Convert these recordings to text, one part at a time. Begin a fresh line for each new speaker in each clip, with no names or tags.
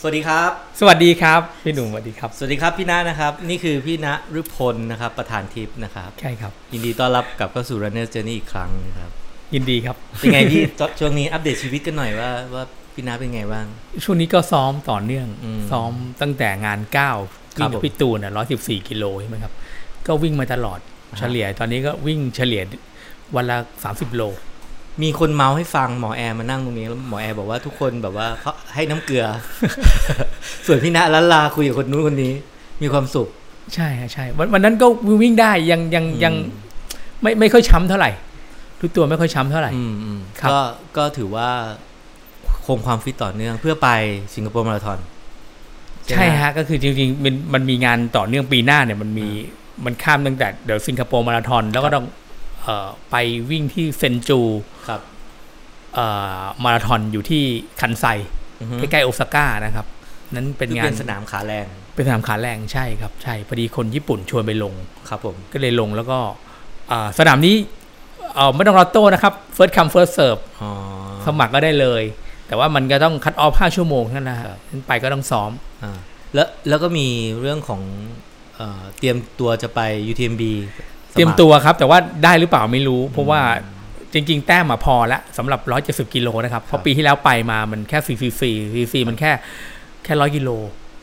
สวัสดีครับ
สวัสดีครับ พี่หนุ่มสวัสดีครับ
สวัสดีครับพี่ณนะครับ นี่คือพี่ณรุพลนะครับประธานทิพย์นะครับ
ใช่ครับ
ยินดีต้อนรับกลับเข้าสู่ Runner Journey อีกครั้งนะครับ
ยินดีครับ
เป็นไงพี่ ตช่วงนี้อัปเดตชีวิตกันหน่อยว่าว่าพี่ณเป็นไงบ้าง
ช่วงนี้ก็ซ้อมต่อเนื่อง
อืม
ซ้อมตั้งแต่งานเก้า
ครั
วิ่
บผ
ง
ม
กับพี่ตูนร้อยสิบสี่กิโลใช่ไหมครับ ก็วิ่งมาตลอด
อ่าฮะ
เฉลี่ยตอนนี้ก็วิ่งเฉลี่ยวันละสามสิบโล
มีคนเมาส์ให้ฟังหมอแอร์มานั่งตรงนี้แล้วหมอแอร์บอกว่าทุกคนแบบว่าเขาให้น้ำเกลือ ส่วนพี่ณลันลาคุยกับคนนู้นคนนี้ มีความสุข
ใช่ฮะใช่วันวันนั้นก็วิ่งได้ยังยัง
อืม
ยังไม่ไม่ค่อยช้ำเท่าไหร่รู้ตัวไม่ค่อยช้ำเท่าไหร่
อืมอืม
ครับ
ก็ก็ถือว่าคงความฟิตต่อเนื่องเพื่อไปสิงคโปร์มาราธอน
ใช่ฮะก็คือจริงๆมันมันมีงานต่อเนื่องปีหน้าเนี่ยมันมีมันข้ามตั้งแต่เดี๋ยวสิงคโปร์มาราธอนแล้วก็ต้องเอ่อไปวิ่งที่เซนจู
ครับ
เอ่อมาราธอนอยู่ที่คันไซ
อือฮึ
ใกล้ๆโอซาก้านะครับ นั้นเป็
คือง
นา
เป็น นสนามขาแรง
เป็นสนามขาแรงใช่ครับใช่พอดีคนญี่ปุ่นชวนไปลง
ครับผม
ก็เลยลงแล้วก็เอ่อสนามนี้เอ่อไม่ต้องรอตโต้นะครับ first come first serve
อ๋อ
สมัครก็ได้เลย แต่ว่ามันก็ต้องคัดออฟ5ชั่วโมงเท่านั่นนะฮะนั้นไปก็ต้องซ้อม
อ่าแล้วแล้วก็มีเรื่องของเอ่อเตรียมตัวจะไป UTMB สค
เตรียมตัวครับ แต่ว่าได้หรือเปล่าไม่รู้ เพราะว่าจริงๆ แต้มมาพอละสำหรับ 170กิโลนะครับเพราะปีที่แล้วไปมามันแค่4 4 4 4 4มันแค่แค่ร้อยกิโล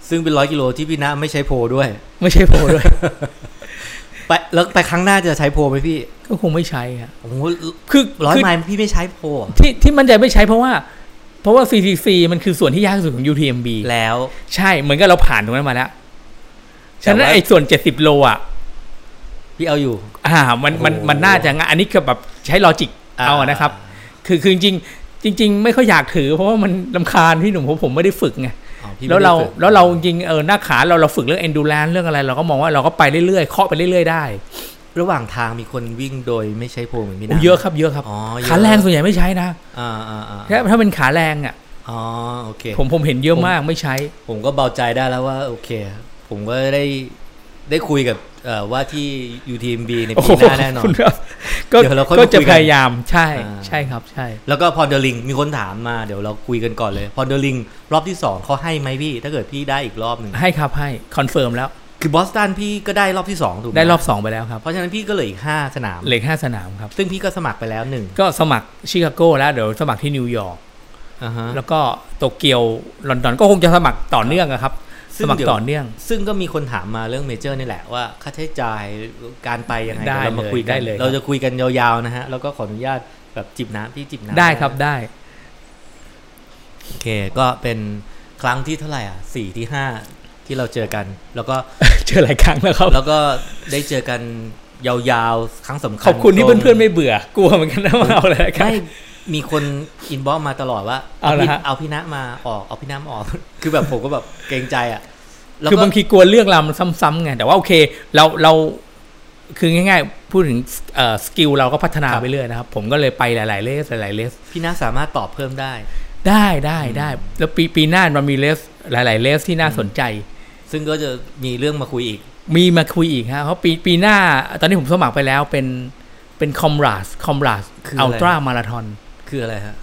ซึ่งเป็นร้อยกิโลที่พี่ณไม่ใช้โพลด้วย
ไม่ใช่โพล ด้วย
ไปแล้วไปครั้งหน้าจะใช้โพลไหมพี่
ก็คงไม่ใช้ครับ
โอ้โห
คือ
ร้อย
คื
ไมล์พี่ไม่ใช้โพลเหรอ
ที่ที่มันใจะไม่ใช้เพราะว่า เพราะว่า CCC มันคือส่วนที่ยากที่สุดของ UTMB
แล้ว
ใช่ เหมือนกับเราผ่านตรงนั้นมาแล้ว
แต่
ฉะนั้
ว่า
นไอ้ส่วน 70 โลอ่ะ
พี่เอาอยู่
อ่า มัน มัน
โอ้
มันน่าจะงายอันนี้คือแบบใช้ลอจิก
อ่า
เอาอะนะครับ คือคือจริงๆจริง ๆ ไม่ค่อยอยากถือ เพราะว่ามันลำคาญพี่หนุ่มเพราะผมไม่ได้ฝึกไง
อ๋อพี่ไม่
แล้ว
ได้
เรา
ฝึก
แล้วเราจริงๆเออ หน้าขาเราเราฝึกเรื่อง endurance เรื่องอะไร เราก็มองว่าเราก็ไปเรื่อยๆ เคาะไปเรื่อยๆ ได้
ระหว่างทางมีคนวิ่งโดยไม่ใช้โพลเหมือนพี่
โอ้
ณ
เยอะครับ เยอะครับ
อ๋อเยอะ
ขาแรงส่วนใหญ่ไม่ใช้นะ
อ่าอ่าอ่า
ถ้าถ้าเป็นขาแรงอ่ะ
อ๋อโอเค
ผมผมเห็นเยอะ
ผม
มากไม่ใช้
ผมก็เบาใจได้แล้วว่าโอเค ผมก็ได้ได้คุยกับเอ่อว่าที่ UTMB ในปีหน้าแน่นอ
คุ
น
ณครับก็
เดี๋ยวเราค่อย
ก็จะ
มาคุยกัน
พยายามใช่
อ่า
ใช่ครับใช่
แล้วก็พอเดอลิงมีคนถามมาเดี๋ยวเราคุยกันก่อนเลย พอเดอลิงรอบที่สองเขาให้ไหมพี่ ถ้าเกิดพี่ได้อีกรอบหนึ่ง
ให้ครับให้คอนเฟิร์มแล้ว
คือบอสตันพี่ก็ได้รอบที่สองถูกไหม
ได้รอบ 2 ไปแล้วครับ
เพราะฉะนั้นพี่ก็เหลืออีกห้าสนาม
เหล็ก5สนามครับ
ซึ่งพี่ก็สมัครไปแล้วหนึ่ง
ก็สมัครชิคาโกแล้วเดี๋ยวสมัครที่นิวยอร์ก
อ่าฮะ
แล้วก็โตเกียวลอนดอนก็คงจะสมัครต่อเนื่องอะครับ สมัครต่อเนื่อง
ซึ่งก็มีคนถามมาเรื่องเมเจอร์นี่แหละว่าค่าใช้จ่ายการไปยังไง
ได้
เรามา
เลย
คุยกั
ได้
น
เลย
เราจะคุยกันยาวๆนะฮะแล้วก็ขออนุญาตแบบจิบน้ำพี่จิบน้ำ
ได้ครับได้
โอเคก็เป็นครั้งที่เท่าไหร่อ่ะสี่ที่ห้าที่เราเจอกัน แล้วก็
เจอหลายครั้งแล้วครับ
แล้วก็ได้เจอกันยาวๆ ครั้งสำคัญ
ขอบคุณที่
ตรง
เพื่อนๆไม่เบื่อกลัวเหมือนกันนะว่าเอาอะไรายกัน
ไม่มีคนอินบ็อกมาตลอดว่า
เอาละ
พี่
ฮะ
เอาพี่ณมาออกเอาพี่ณมาออก คือแบบผมก็แบบเกรงใจอ่ะ แล้ว
คื
ก็
อบางทีกลัวเรื่องราวมันซ้ำๆไงแต่ว่าโอเคเราเราคือง่ายๆ พูดถึงสกิลเราก็พัฒนาไปเรื่อยนะครับ ผมก็เลยไปหลายๆเลสหลายๆเลส
พี่ณสามารถตอบเพิ่มได้
ได้ได้ได้แล้วปีปีหน้ามันมีเลสหลาย ๆ เลสที่น่าสนใจ
ซึ่งก็จะมีเรื่องมาคุยอีก
มีมาคุยอีกฮะเพราะปีปีหน้า ตอนนี้ผมสมัครไปแล้วเป็นเป็นคอมราสคอมราส
คือ
อั
อะ
ล
ไร
ตร้ามาราทอน
คืออะไรฮะ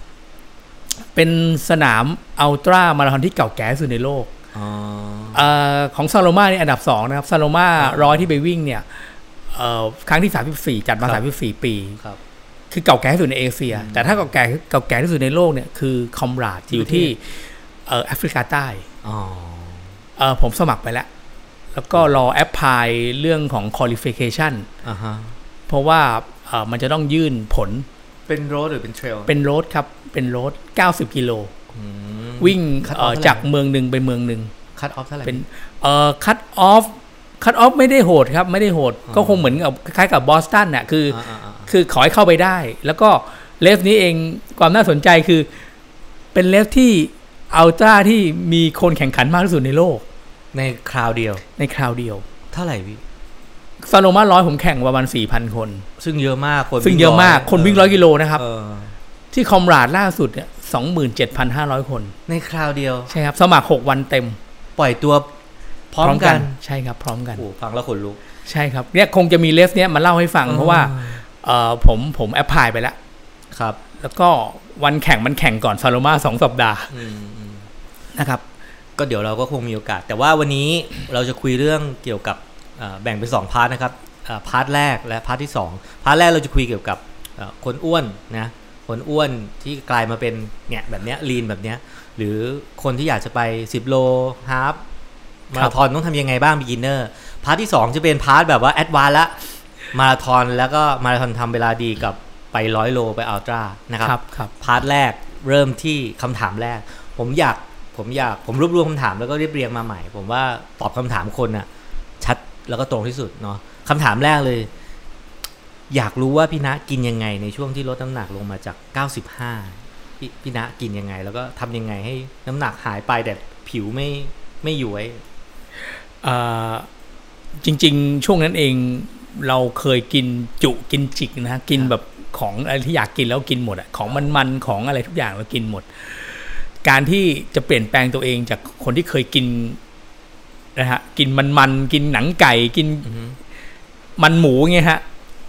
เป็นสนามอัลตร้ามาราทอนที่เก่าแก่ที่สุดในโลก
อ๋อ
เออของซาโลมาเนี่ยอันดับ 2 นะครับซาโลมาร้อยที่ไปวิ่งเนี่ยเอ่อครั้งที่ 34 จัดมา
ครับ
34 ปี
ครับ
คือเก่าแก่ที่สุดในเอเชีย แต่ถ้าเก่าแก่เก่าแก่ที่สุดในโลกเนี่ยคือคอมราสอยู่ที่เอ่อแอฟริกาใต้
อ๋อ
เออผมสมัครไปแล้ว แล้วก็รอแอปพลายเรื่องของ qualification
อ่าฮะ
เพราะว่าเอ่อมันจะต้องยื่นผล
เป็นโรดหรือเป็นเทรล
เป็นโรดครับ เป็นโรด90 กิโล
อืม
วิ่งเอ่อ
cut off เท่าไหร่
จากเมืองหนึ่งไปเมืองหนึ่ง
คัดออฟเท่าไหร่
เป็นเอ่อคัตออฟคัตออฟไม่ได้โหดครับ ไม่ได้โหด
อ๋อ
ก็คงเหมือนกับคล้ายๆกับบอสตันน่ะคืออ
อ่าๆ
คือขอให้เข้าไปได้ แล้วก็เลฟนี้เองความน่าสนใจคือเป็นเลฟที่อัลตร้าที่มีคนแข่งขันมากที่สุดในโลก
ๆในคราวเดียว
ในคราวเดียว
เท่าไหร่พี่
ซาโลมาร้อยผมแข่งประมาณสี่พันคน
ซึ่งเยอะมากคน
ซึ่งเยอะมากคนวิ่งร้อยกิโลนะครับ
เออ
ที่คอมราดล่าสุดเนี่ยสองหมื่นเจ็ดพันห้าร้อยคน
ในคราวเดียว
ใช่ครับ สมัครหกวันเต็ม
ปล่อยตัวพร้อมกัน
ใช่ครับพร้อมกัน
โอ้ฟังแล้วขนลุก
ใช่ครับเนี่ยคงจะมีเลสเนี่ยมาเล่าให้ฟัง เพราะว่าเออผมผมแอปพลายไปแล้ว
ครับ
แล้วก็วันแข่งมันแข่งก่อนซาโลมาสองสัปดาห์
อืมอืม
นะครับ
ก็เดี๋ยวเราก็คงมีโอกาส แต่ว่าวันนี้เราจะคุยเรื่องเกี่ยวกับเอ่อแบ่งเป็นสองพาร์ทนะครับเอ่อพาร์ทแรกและพาร์ทที่สองพาร์ทแรกเราจะคุยเกี่ยวกับเอ่อคนอ้วนนะคนอ้วนที่กลายมาเป็นเนี่ยแบบเนี้ยลีนแบบเนี้ยหรือคนที่อยากจะไป 10 โลฮาฟมาราธอนต้องทำยังไงบ้าง beginner พาร์ทที่สองจะเป็นพาร์ทแบบว่าแอดวานละมาราธอนแล้วก็มาราธอนทำเวลาดีกับไปร้อยโลไปอัลตร้านะครั
ค
บ
รับครับ
พาร์ทแรกเริ่มที่คำถามแรก ผมอยากผมอยากผมรวบรวมคำถามแล้วก็เรียบเรียงมาใหม่ ผมว่าตอบคำถามคนน่ะ ชัดแล้วก็ตรงที่สุดเนาะคำถามแรกเลย อยากรู้ว่าพี่ณกินยังไงในช่วงที่ลดน้ำหนักลงมาจาก 95พี่พี่ณกินยังไง แล้วก็ทำยังไงให้น้ำหนักหายไปแต่ผิวไม่ไม่หย้วย
เอ่อจริง ๆ ช่วงนั้นเองเราเคยกินจุกินจิกนะฮะกินแบบของอะไรที่อยากกินแล้วกินหมดอะของมันๆของอะไรทุกอย่างเรากินหมด การที่จะเปลี่ยนแปลงตัวเองจากคนที่เคยกินนะฮะกินมันๆกินหนังไก่กิน
อือฮึ
มันหมูเงี้ยฮะ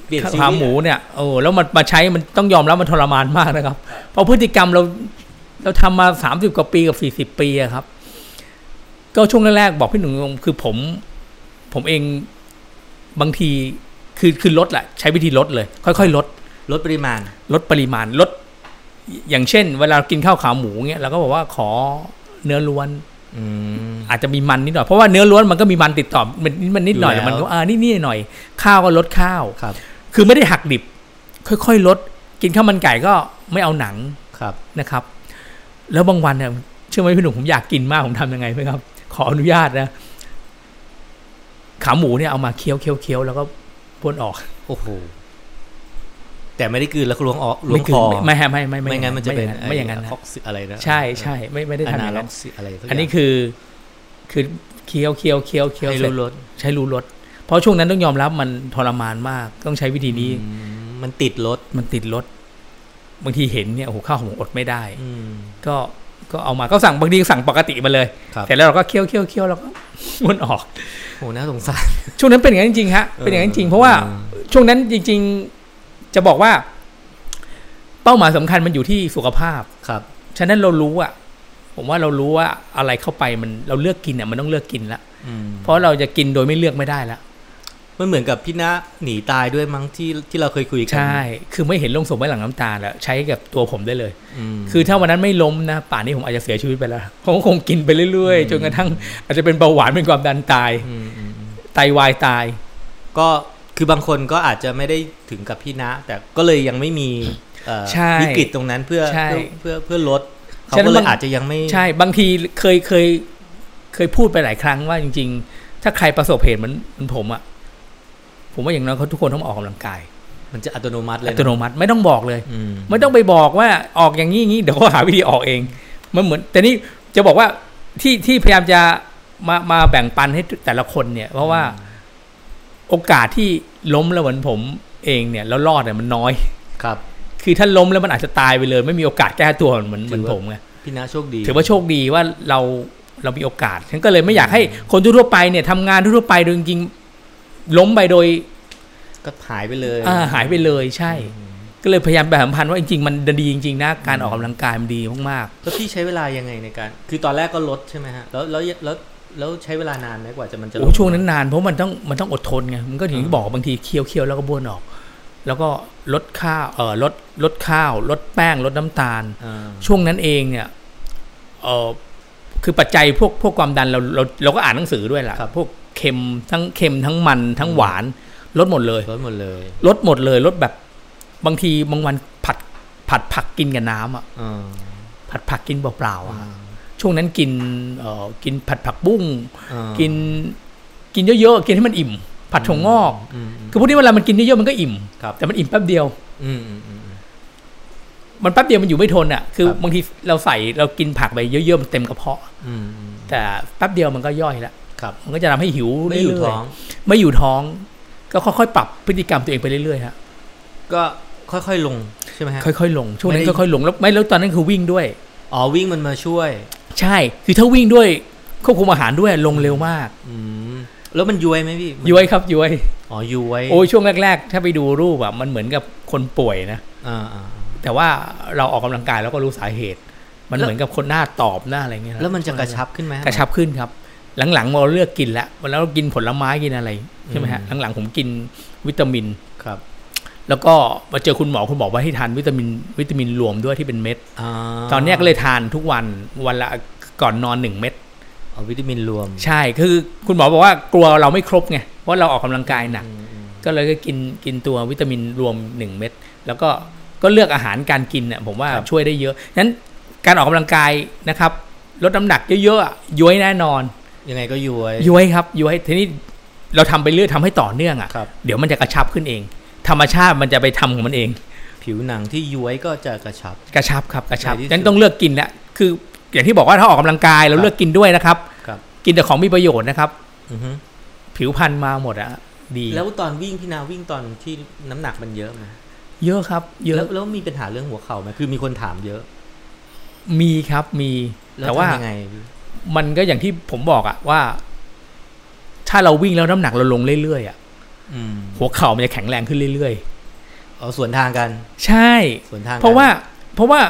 เปลี่ยนซี
ขา
รีส์
หมูเนี่ยโอ้แล้วมันมาใช้มันต้องยอมรับมันทรมานมากนะครับ เพราะพฤติกรรมเราเราทำมาสามสิบกว่าปีกับสี่สิบ40 ปีอะครับ ก็ช่วงแรกๆบอกพี่หนุ่มตรงๆคือผม ผมเองบางทีคือคือลดแหละใช้วิธีลดเลย ค่อยๆลด
ลดปริมาณ
ลดปริมาณลดอย่างเช่น เวลากินข้าวขาหมูเงี้ยเราก็บอกว่าขอเนื้อล้วน
อืม
อาจจะมีมันนิดหน่อยเพราะว่าเนื้อล้วนมันก็มีมันติดต่อมันมันนิดหน่อย
อยู่แล้ว
มันก็อ่านี่นี่หน่อยข้าวก็ลดข้าว
ครับ
คือไม่ได้หักดิบ ค่อยๆ ลด กินข้าวมันไก่ก็ไม่เอาหนัง
ครับ
นะครับ แล้วบางวันเนี่ยเชื่อไหมพี่หนุ่มผมอยากกินมาก ผมทำยังไงไหมครับ ขออนุญาตนะ ขาหมูเนี่ยเอามาเคี้ยวเคี้ยวเคี้ยวแล้วก็พ่นออก
โอ้โหแต่ไม่ได้กลืนแล้วก็ล้วงออกล้ว
ไม่
ง
คื
คอ
ไม่ฮะไม่ไม่
ไม่งั้นมันจะเป็น
ไม่อย่างนั้นไม่อย่างนั้นนะ
คอกซิอะไรนะ
ใช่ใช่ไม่ไม่ได้
อ
ทำอน ย่าง
ล็
นั้
อน กซิอะไรสักย่าง
อันนี้คือคือเคี้ยวเคี้ยวเคี้ยวเคี้ยว
ให้
เสร็จ
รู้รส
ใช้รู้รสเพราะช่วงนั้นต้องยอมรับมันทรมานมาก ต้องใช้วิธีนี้
อืมมันติดรส
มันติดรสบางทีเห็นเนี่ยโอ้โหข้าวหมูอดไม่ได้
อืม
ก็ก็เอามาก็สั่งบางทีสั่งปกติมาเลย
ครับ
เสร็จแล้วเราก็เคี้ยวเคี้ยวเคี้ยวแล้วก็ ม้วนออก
โหน่าสงสาร
ช่วงนั้นเป็นอย่างนั้นจริงๆฮะเป็นอย่างนั้นจริงเพราะว่า
อืม
ช่วงนั้นจริง ๆจะบอกว่า เป้าหมายสำคัญมันอยู่ที่สุขภาพ
ครับ
ฉะนั้นเรารู้อะผมว่าเรารู้ว่าอะไรเข้าไปมันเราเลือกกินอะมันต้องเลือกกินละ
อืม
เพราะเราจะกินโดยไม่เลือกไม่ได้ละ
มันเหมือนกับพี่ณหนีตายด้วยมั้งที่ที่เราเคยคุยกั
ใช่ คือไม่เห็นลงศพไว้หลังน้ำตาแล้วใช้กับตัวผมได้เลย
ม
คือถ้าวันนั้นไม่ล้มนะ ป่านนี้ผมอาจจะเสียชีวิตไปแล้วผมก็คงกินไปเรื่อย
อื
ๆ
ม
จนกระทั่งอาจจะเป็นเบาหวานเป็นความดันตาย
มอืมอืม
ไตวายตาย
ก็คือบางคนก็อาจจะไม่ได้ถึงกับพี่ณแต่ก็เลยยังไม่มีเอ่อ
ใช่
วิกฤตตรงนั้นเพื่อ
ใช่
เพื่อเพื่อเพื่อลดเขา
ฉะนั้
ก็
น
เล
มั
ย
น
อาจจะยังไม่
ใช่บางทีเคยเคยเคยพูดไปหลายครั้งว่าจริง ๆ ถ้าใครประสบเหตุเหมันเหมันผมอะผมว่าอย่างน้อยเขาทุกคนต้องออกกำลังกาย
มันจะอัตโนมัติเลย
อัตโนมัติไม่ต้องบอกเลย
อืม
ไม่ต้องไปบอกว่าออกอย่างนี้อย่างนี้เดี๋ยวเขาหาวิธีออกเอง มันเหมือน แต่นี่จะบอกว่าที่ที่พยายามจะมามาแบ่งปันให้แต่ละคนเนี่ย เพราะว่า โอกาสที่ล้มแล้วเหมือนผมเองเนี่ย แล้วรอดเนี่ยมันน้อย
ครับ
คือถ้าล้มแล้วมันอาจจะตายไปเลย ไม่มีโอกาสแก้ตัวเหมือนเหมือนผมไง
พี่ณโชคดี
ถือว่าโชคดีว่าเราเรามีโอกาสฉันก็เลยไม่อยากให้คนทั่วๆไปเนี่ยทำงานทั่วๆไปโดยจริงๆล้มไปโดย
ก็หายไปเลย
อ่าหายไปเลยใช่ ก็เลยพยายามแบบสัมพันธ์ว่าจริงๆมันดีจริงๆนะการออกกำลังกายมันดีมาก
แล้วพี่ใช้เวลายังไงในการ คือตอนแรกก็ลดใช่ไหมฮะ แล้วแล้วแล้วแล้วใช้เวลานานไหมกว่าจะมัน
ๆ
จะล
โอ้
ด
ช่วงนั้นนานเพราะมันต้องมันต้องอดทนไงมันก็ถึงที่
อ่า
บอกบางทีเคี้ยวเคี้ยวแล้วก็บ้วนออก แล้วก็ลดข้าวเออลดลดข้าวลดแป้งลดน้ำตาล
อ่า
ช่วงนั้นเองเนี่ย เออคือปัจจัยพวกพวกความดันเราเราเราก็อ่านหนังสือด้วย
ครับ
ล่ะ
พวก
เค็มทั้งเค็มทั้งมันทั้งหวานลดหมดเลย
ลดหมดเลย
ลดหมดเลยลดแบบบางทีบางวันผัดผัดผักกินกับน้ำอ่ะ
อ่า
ผัดผักกินเปล่าๆอ่ะช่วงนั้นกินเอ่อกินผัดผักบุ้ง
อ่า
กิน กินเยอะๆกินให้มันอิ่ม ผัดถั่วงอก
อืม
คือพวกนี้เวลามันกินเยอะๆมันก็อิ่ม
ครับ
แต่มันอิ่มแป๊บเดียว
อืมอืมอืมอืม
มันแป๊บเดียวมันอยู่ไม่ทนอ่ะคือ
ครับ
บางทีเราใส่เรากินผักไปเยอะๆมันเต็มกระเพาะ
อืมอืม
แต่แป๊บเดียวมันก็ย่อยแล้ว
ครับ
มันก็จะทำให้หิว
ไม่อยู่
เรื่
ท้อง
ๆไม่อยู่ท้อง ก็ค่อยๆ ปรับพฤติกรรมตัวเองไปเรื่อยๆฮะ
ก็ค่อยๆลงใช่ไหมฮะ
ค่อยๆลง ช่วง
ไม่
นั้น
ได้
ค่อยๆลงแล้วไม่แล้วตอนนั้นคือวิ่งด้วย
อ๋อวิ่งมันมาช่วย
ใช่ คือถ้าวิ่งด้วยควบคุมอาหารด้วยลงเร็วมาก
อืม แล้วมันย้วยไหมพี่มัน
ย้วยครับย้วย
อ๋อย้วย
โอ้ยช่วงแรก ๆ ถ้าไปดูรูปอ่ะมันเหมือนกับคนป่วยนะ
อ่าอ่า
แต่ว่าเราออกกำลังกายแล้วก็รู้สาเหตุ มันเหมือนกับคนหน้าตอบหน้าอะไรเงี้ย
แล้วมันจะกระชับขึ้นไหม
กระชับขึ้นครับ หลังๆเราเลือกกินแล้วแล้วเรากินผลไม้กินอะไรใช่ไหมฮะ
อืม
หลังๆผมกินวิตามิน
ครับ
แล้วก็มาเจอคุณหมอคุณบอกว่าให้ทานวิตามินวิตามินรวมด้วยที่เป็นเม็ด
า
ตอนเนี้ยก็เลยทานทุกวันวันละก่อนนอนหนึ่งเม็ด
เอาวิตามินรวม
ใช่ คือคุณหมอบอกว่ากลัวเราไม่ครบไง เพราะเราออกกำลังกายหนัก
อืมอืม
ก็เลยก็กินกินตัววิตามินรวม 1 เม็ด แล้วก็ก็เลือกอาหารการกินเนี่ยผมว่าช่วยได้เยอะ นั้นการออกกำลังกายนะครับ ลดน้ำหนักเยอะๆอะย้วยแน่นอน
ยังไงก็ย้วย
ย้วยครับ ย้วย ทีนี้เราทำไปเรื่อยทำให้ต่อเนื่องอ่ะ
ครับ
เดี๋ยวมันจะกระชับขึ้นเอง ธรรมชาติมันจะไปทำของมันเอง
ผิวหนังที่ย้วยก็จะกระชับ
กระชับครับกระชับ
ในที่สุด
นั้นต้องเลือกกินแล้วคืออย่างที่บอกว่าถ้าออกกำลังกาย
ค
เรา
รับ
เลือกกินด้วยนะครับ
ครับ
กินแต่ของมีประโยชน์นะครับ
อือฮึ
ผิวพรรณมาหมดอะดี
แล้วตอนวิ่งพี่นาวิ่งตอนที่น้ำหนักมันเยอะไหม
เยอะครับ เย
แล้
อะ
วแล้วมีปัญหาเรื่องหัวเข่าไหมคือมีคนถามเยอะ
มีครับมี
แล้ว
แต่ว่า
ทำยังไง
มันก็อย่างที่ผมบอกอะว่า ถ้าเราวิ่งแล้วน้ำหนักเราลงเรื่อยๆอะ
อืม
หัวเข่ามันจะแข็งแรงขึ้นเรื่อย
เอาสวนทางกัน
ๆ ใช่
สวนทางกัน
เพราะว่า เพราะว่า